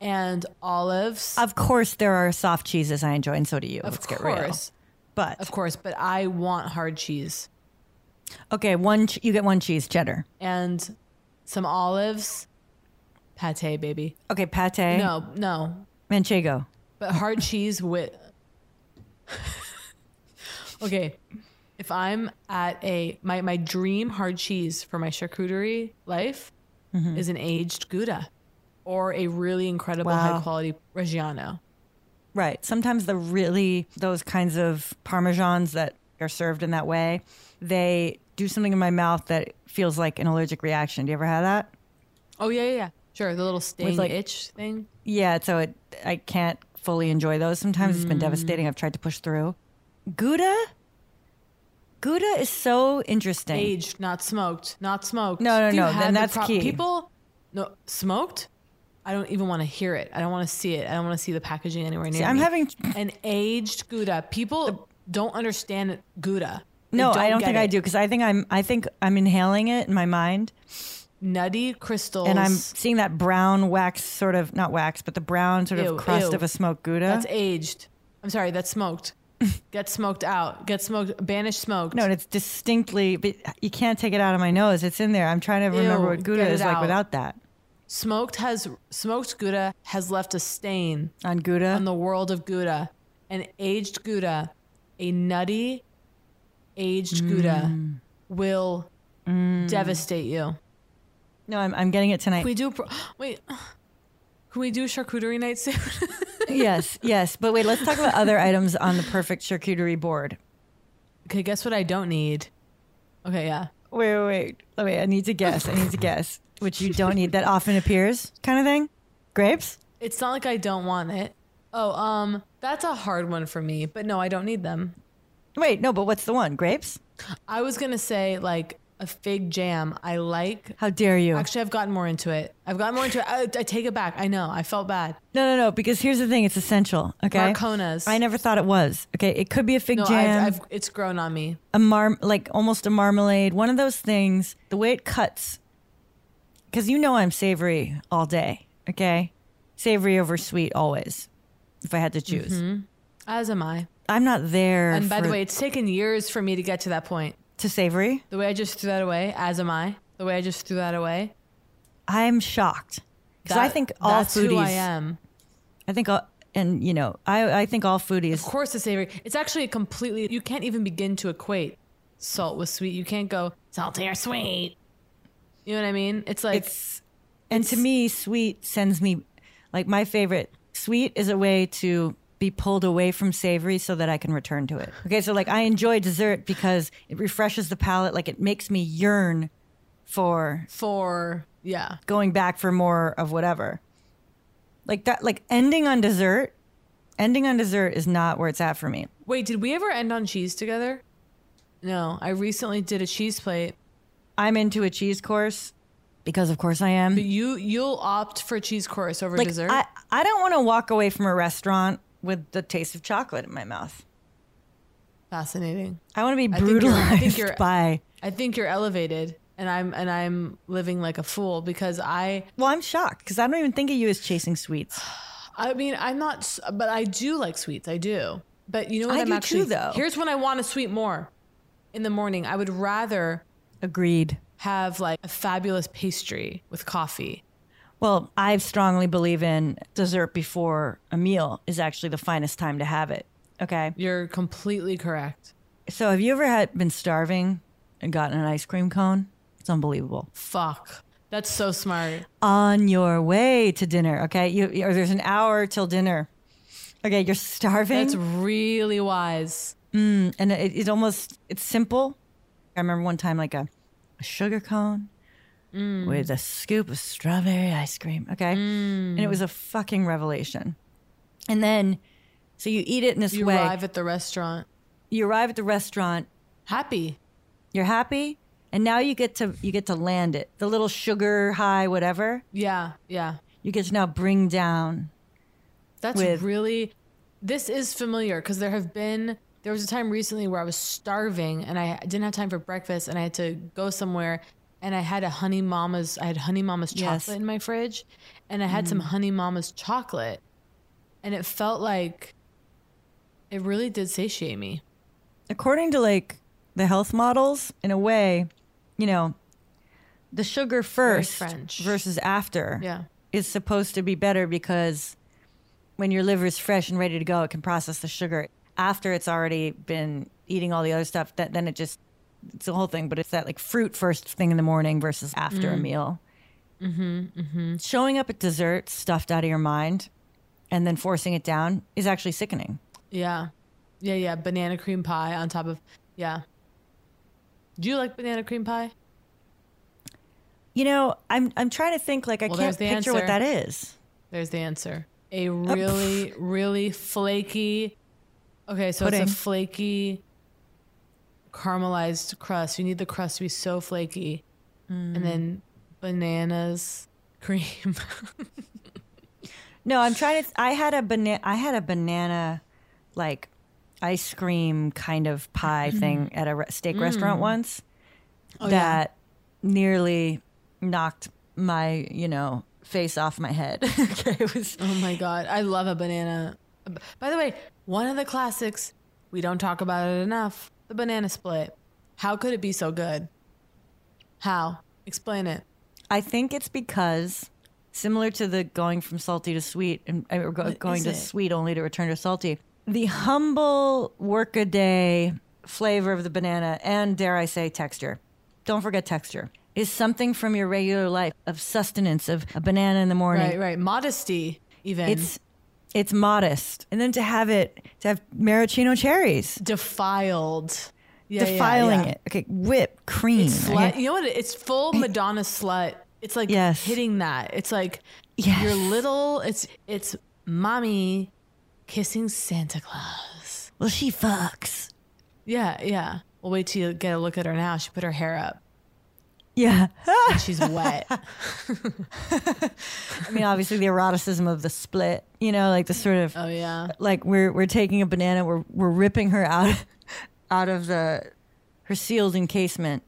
S4: And olives.
S3: Of course, there are soft cheeses I enjoy, and so do you. Let's
S4: Of
S3: get real.
S4: course.
S3: But
S4: of course, but I want hard cheese.
S3: Okay, one ch- you get one cheese cheddar
S4: and some olives, pate, baby.
S3: Okay, pate.
S4: No, no,
S3: manchego.
S4: but hard cheese with. okay, if I'm at a my my dream hard cheese for my charcuterie life
S3: Mhm.
S4: is an aged Gouda, or a really incredible
S3: Wow.
S4: high quality Reggiano.
S3: Right. Sometimes the really those kinds of parmesans that are served in that way, they do something in my mouth that feels like an allergic reaction. Do you ever have that?
S4: Oh yeah, yeah, yeah. Sure, the little sting
S3: like-
S4: itch thing.
S3: Yeah, so it I can't fully enjoy those. Sometimes it's been
S4: Mm.
S3: devastating. I've tried to push through. Gouda? Gouda is so interesting.
S4: Aged, not smoked, not smoked.
S3: No, no,
S4: Do you
S3: no,
S4: have
S3: then
S4: the
S3: that's key.
S4: People, no, smoked. I don't even want to hear it. I don't want to see it. I don't want to see the packaging anywhere near.
S3: See, I'm
S4: me.
S3: having-
S4: an aged Gouda. People don't understand Gouda. They
S3: No, I don't
S4: get
S3: think I
S4: it.
S3: do because I think I'm I think I'm inhaling it in my mind.
S4: Nutty crystals.
S3: And I'm seeing that brown wax sort of not wax, but the brown sort
S4: Ew,
S3: of crust
S4: ew.
S3: of a smoked gouda.
S4: That's aged. I'm sorry, that's smoked. get smoked out. Get smoked. Banish smoked.
S3: No, and it's distinctly, but you can't take it out of my nose. It's in there. I'm trying to remember
S4: Ew,
S3: what Gouda
S4: get it
S3: is like
S4: out.
S3: without that.
S4: Smoked has smoked Gouda has left a stain
S3: on Gouda
S4: on the world of Gouda. An aged Gouda, a nutty aged
S3: Mm.
S4: Gouda will devastate you.
S3: No, I'm, I'm getting it tonight.
S4: Can we do pro- wait? Can we do charcuterie night soon?
S3: yes, yes. But wait, let's talk about other items on the perfect charcuterie board.
S4: okay, guess what I don't need. Okay, yeah.
S3: Wait, wait, wait. Oh, wait, I need to guess. I need to guess, which you don't need that often appears kind of thing. Grapes?
S4: It's not like I don't want it. Oh, um, that's a hard one for me. But no, I don't need them.
S3: Wait, no, but what's the one? Grapes?
S4: I was gonna say like a fig jam. I like.
S3: How dare you?
S4: Actually, I've gotten more into it. I've gotten more into it. I, I take it back. I know. I felt bad.
S3: No, no, no, because here's the thing it's essential. Okay.
S4: Marconas.
S3: I never thought it was. Okay. It could be a fig
S4: no,
S3: jam.
S4: I've, I've, it's grown on me.
S3: a mar like almost a marmalade, one of those things. The way it cuts, because you know I'm savory all day. Okay, savory over sweet always. If I had to choose,
S4: Mhm. As am I.
S3: I'm not there.
S4: And by the
S3: for-
S4: way, it's taken years for me to get to that point.
S3: to savory,
S4: The way I just threw that away, as am I. The way I just threw that away.
S3: I'm shocked because I
S4: That-
S3: think all
S4: that's
S3: foodies.
S4: who I am.
S3: I think all, and you know, I I think all foodies.
S4: Of course, it's savory. It's actually a completely. You can't even begin to equate salt with sweet. You can't go salty or sweet. You know what I mean? It's like
S3: It's and to me, sweet sends me like my favorite. Sweet is a way to be pulled away from savory so that I can return to it. Okay, so like I enjoy dessert because it refreshes the palate, like it makes me yearn for
S4: for yeah.
S3: going back for more of whatever. Like that like ending on dessert, ending on dessert is not where it's at for me.
S4: Wait, did we ever end on cheese together? No, I recently did a cheese plate.
S3: I'm into a cheese course because of course I am.
S4: But you you'll opt for cheese course over
S3: like
S4: dessert.
S3: I, I don't want to walk away from a restaurant with the taste of chocolate in my mouth.
S4: Fascinating.
S3: I want to be
S4: I think you're- I
S3: brutalized
S4: think you're-
S3: by.
S4: I think you're elevated, and I'm and I'm living like a fool because I
S3: Well, I'm shocked because I don't even think of you as chasing sweets.
S4: I mean I'm not, s- but I do like sweets. I do, but you know what
S3: I
S4: am
S3: do
S4: actually
S3: too, though.
S4: Here's when I want a sweet more. In the morning, I would rather
S3: Agreed.
S4: have like a fabulous pastry with coffee.
S3: Well, I strongly believe in dessert before a meal is actually the finest time to have it. Okay.
S4: You're completely correct.
S3: So, have you ever had been starving and gotten an ice cream cone? It's unbelievable.
S4: Fuck, that's so smart.
S3: on your way to dinner. Okay, you or there's an hour till dinner. Okay, you're starving.
S4: That's really wise.
S3: Mm, and it, it almost it's simple. I remember one time like a, a sugar cone
S4: Mm.
S3: with a scoop of strawberry ice cream. Okay, and it was a fucking revelation. And then, so you eat it in this
S4: you
S3: way.
S4: arrive at the restaurant.
S3: you arrive at the restaurant
S4: happy
S3: you're happy and now you get to you get to land it the little sugar high whatever
S4: Yeah, yeah.
S3: you get to now bring down
S4: That's
S3: with-
S4: really this is familiar because there have been there was a time recently where I was starving and I didn't have time for breakfast and I had to go somewhere and I had a honey mama's I had honey mama's
S3: Yes.
S4: chocolate in my fridge and I had some
S3: Mm.
S4: honey mama's chocolate and it felt like it really did satiate me.
S3: according to like the health models, in a way, you know, the sugar first versus after
S4: Yeah.
S3: is supposed to be better because when your liver is fresh and ready to go, it can process the sugar. After it's already been eating all the other stuff, that then it just it's the whole thing. But it's that like fruit first thing in the morning versus after a
S4: Mm.
S3: meal.
S4: Mm-hmm. Mm-hmm.
S3: Showing up at dessert stuffed out of your mind and then forcing it down is actually sickening.
S4: Yeah. Yeah, yeah. Banana cream pie on top of yeah. Do you like banana cream pie?
S3: You know, I'm I'm trying to think like I
S4: Well,
S3: can't
S4: there's the
S3: picture what
S4: answer.
S3: that is.
S4: There's the answer. A really, really flaky. Okay, so
S3: Pudding.
S4: it's a flaky caramelized crust. You need the crust to be so flaky.
S3: Mm.
S4: And then bananas, cream.
S3: No, I'm trying to. I had a banana. I had a banana, like ice cream kind of pie thing at a re- steak restaurant
S4: Mm-hmm. Mm.
S3: once.
S4: Oh, yeah.
S3: that nearly knocked my you know face off my head.
S4: oh my god, I love a banana. By the way, one of the classics we don't talk about it enough: the banana split. How could it be so good? How? Explain it.
S3: I think it's because similar to the going from salty to sweet and uh, go,
S4: What
S3: going
S4: is
S3: to
S4: it?
S3: sweet only to return to salty, the humble workaday flavor of the banana and dare I say texture. Don't forget texture is something from your regular life of sustenance of a banana in the morning.
S4: Right, right. Modesty, even.
S3: It's it's modest, and then to have it to have maraschino cherries
S4: defiled, Yeah, yeah,
S3: defiling
S4: yeah.
S3: it. Okay, whipped cream.
S4: Slut.
S3: Okay.
S4: You know what? It's full Madonna slut. It's like
S3: Yes.
S4: hitting that. It's like
S3: Yes.
S4: you're little. It's it's mommy kissing Santa Claus.
S3: Well, she fucks.
S4: Yeah, yeah. Well, wait till you get a look at her now. She put her hair up.
S3: Yeah.
S4: And she's wet.
S3: I mean, obviously the eroticism of the split, you know, like the sort of
S4: oh yeah,
S3: like we're we're taking a banana, we're we're ripping her out out of the her sealed encasement,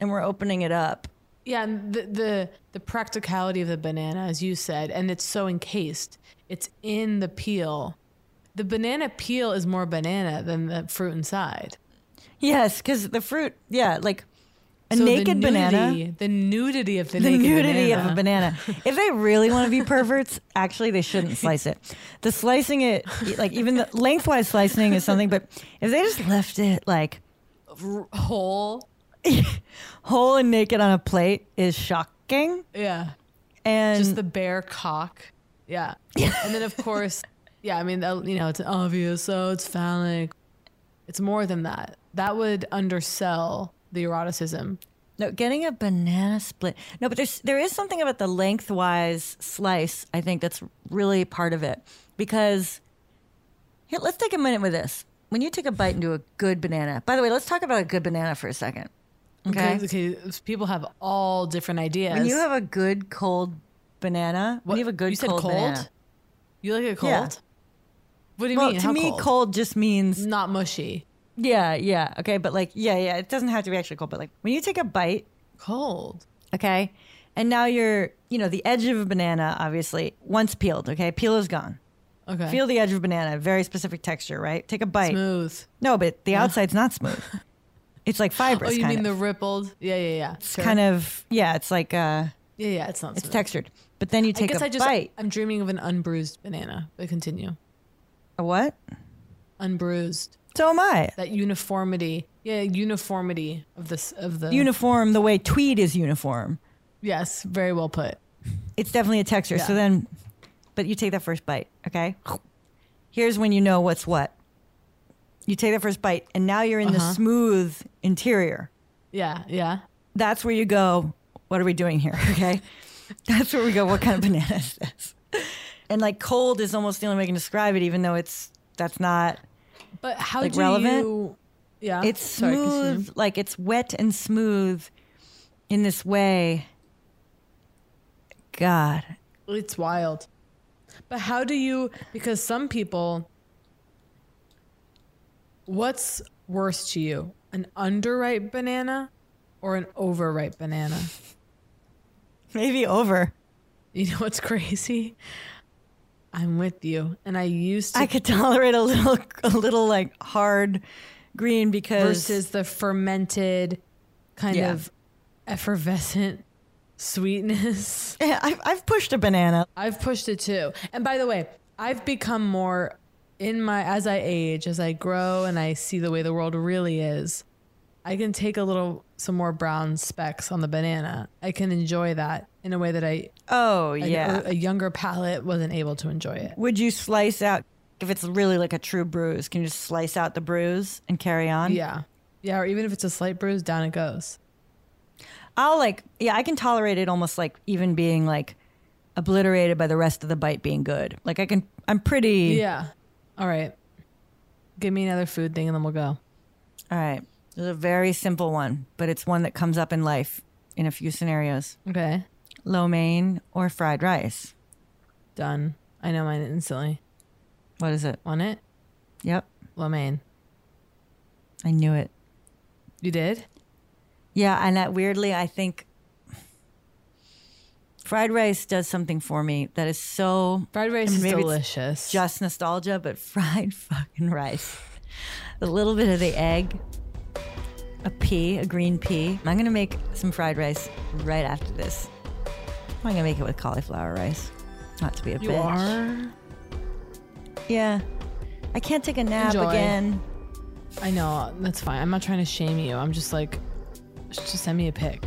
S3: and we're opening it up.
S4: yeah, and the, the the practicality of the banana, as you said, and it's so encased. It's in the peel. The banana peel is more banana than the fruit inside.
S3: Yes, because the fruit, yeah, like a
S4: So the
S3: naked banana.
S4: nudity- The nudity of the,
S3: The,
S4: naked
S3: nudity
S4: banana.
S3: of a banana. if they really want to be perverts, actually, they shouldn't slice it. The slicing it, like even the lengthwise slicing is something, but if they just left it like
S4: r- whole.
S3: whole and naked on a plate is shocking.
S4: Yeah.
S3: And
S4: just the bare cock. Yeah. and then of course, yeah, I mean, that- you know, it's obvious, oh, it's phallic. It's more than that. That would undersell the eroticism.
S3: No, getting a banana split. No, but there's there is something about the lengthwise slice. I think that's really part of it because here, let's take a minute with this. When you take a bite into a good banana, by the way, let's talk about a good banana for a second. Okay.
S4: Okay. People have all different ideas.
S3: When you have a good cold banana, when you have a good
S4: you said
S3: cold,
S4: cold?
S3: banana-
S4: You like it cold?
S3: Yeah.
S4: What do you
S3: well,
S4: mean?
S3: to
S4: How
S3: me,
S4: cold?
S3: just means
S4: not mushy.
S3: Yeah, yeah. Okay, but like yeah, yeah, it doesn't have to be actually cold, but like when you take a bite
S4: cold.
S3: Okay. And now you're, you know, the edge of a banana obviously once peeled, okay? Peel is gone.
S4: Okay.
S3: Feel the edge of a banana, very specific texture, right? Take a bite.
S4: Smooth.
S3: No, but the outside's not smooth. It's like
S4: Oh,
S3: fibrous
S4: you
S3: kind
S4: mean
S3: of.
S4: the rippled? Yeah, yeah, yeah.
S3: it's kind of yeah, it's like uh
S4: Yeah, yeah. It's not.
S3: it's
S4: smooth.
S3: textured. But then you take
S4: I guess
S3: a
S4: I just,
S3: bite.
S4: I'm dreaming of an unbruised banana. But continue.
S3: A what?
S4: Unbruised.
S3: So am I.
S4: That uniformity. Yeah, uniformity of this of the
S3: Uniform the way tweed is uniform.
S4: Yes, very well put.
S3: It's definitely a texture. So
S4: Yeah.
S3: then but you take that first bite, okay? Here's when you know what's what. You take that first bite and now you're in
S4: Uh-huh.
S3: the smooth interior.
S4: Yeah, yeah.
S3: that's where you go, what are we doing here? Okay. that's where we go, what kind of banana is this? And like cold is almost the only way I can describe it, even though it's that's not
S4: But how
S3: like
S4: do
S3: relevant.
S4: you? Yeah,
S3: It's
S4: Sorry, continue.
S3: smooth, like it's wet and smooth in this way. God.
S4: It's wild. But how do you? Because some people. What's worse to you, an underripe banana, or an overripe banana?
S3: Maybe over.
S4: You know what's crazy? I'm with you, and I used to.
S3: I could tolerate a little a little like hard green because
S4: versus the fermented kind
S3: Yeah.
S4: of effervescent sweetness.
S3: Yeah, I've, I've pushed a banana.
S4: I've pushed it too. And by the way, I've become more in my as I age, as I grow, and I see the way the world really is. I can take a little some more brown specks on the banana. I can enjoy that in a way that I
S3: oh
S4: a,
S3: yeah.
S4: younger palate wasn't able to enjoy it.
S3: Would you slice out if it's really like a true bruise? Can you just slice out the bruise and carry on?
S4: Yeah. Yeah, or even if it's a slight bruise, down it goes.
S3: I'll like yeah, I can tolerate it almost like even being like obliterated by the rest of the bite being good. Like I can I'm pretty
S4: Yeah. All right. Give me another food thing and then we'll go.
S3: All right. There's a very simple one, but it's one that comes up in life in a few scenarios.
S4: Okay.
S3: Lo mein or fried rice.
S4: Done. I know mine instantly.
S3: What is it?
S4: Want it?
S3: Yep.
S4: Lo mein.
S3: I knew it.
S4: You did?
S3: Yeah, and that weirdly I think fried rice does something for me that is so
S4: fried rice is delicious.
S3: Just nostalgia, but fried fucking rice. A little bit of the egg, a pea, a green pea. I'm gonna make some fried rice right after this. I'm gonna make it with cauliflower rice. Not to be a
S4: You
S3: bitch.
S4: are?
S3: Yeah. I can't take a nap
S4: Enjoy.
S3: again.
S4: I know. That's fine. I'm not trying to shame you. I'm just like, just send me a pic.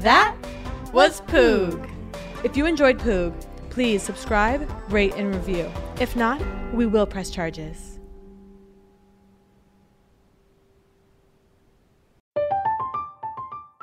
S3: That
S1: was Poog. If you enjoyed Poog, please subscribe, rate, and review. If not, we will press charges.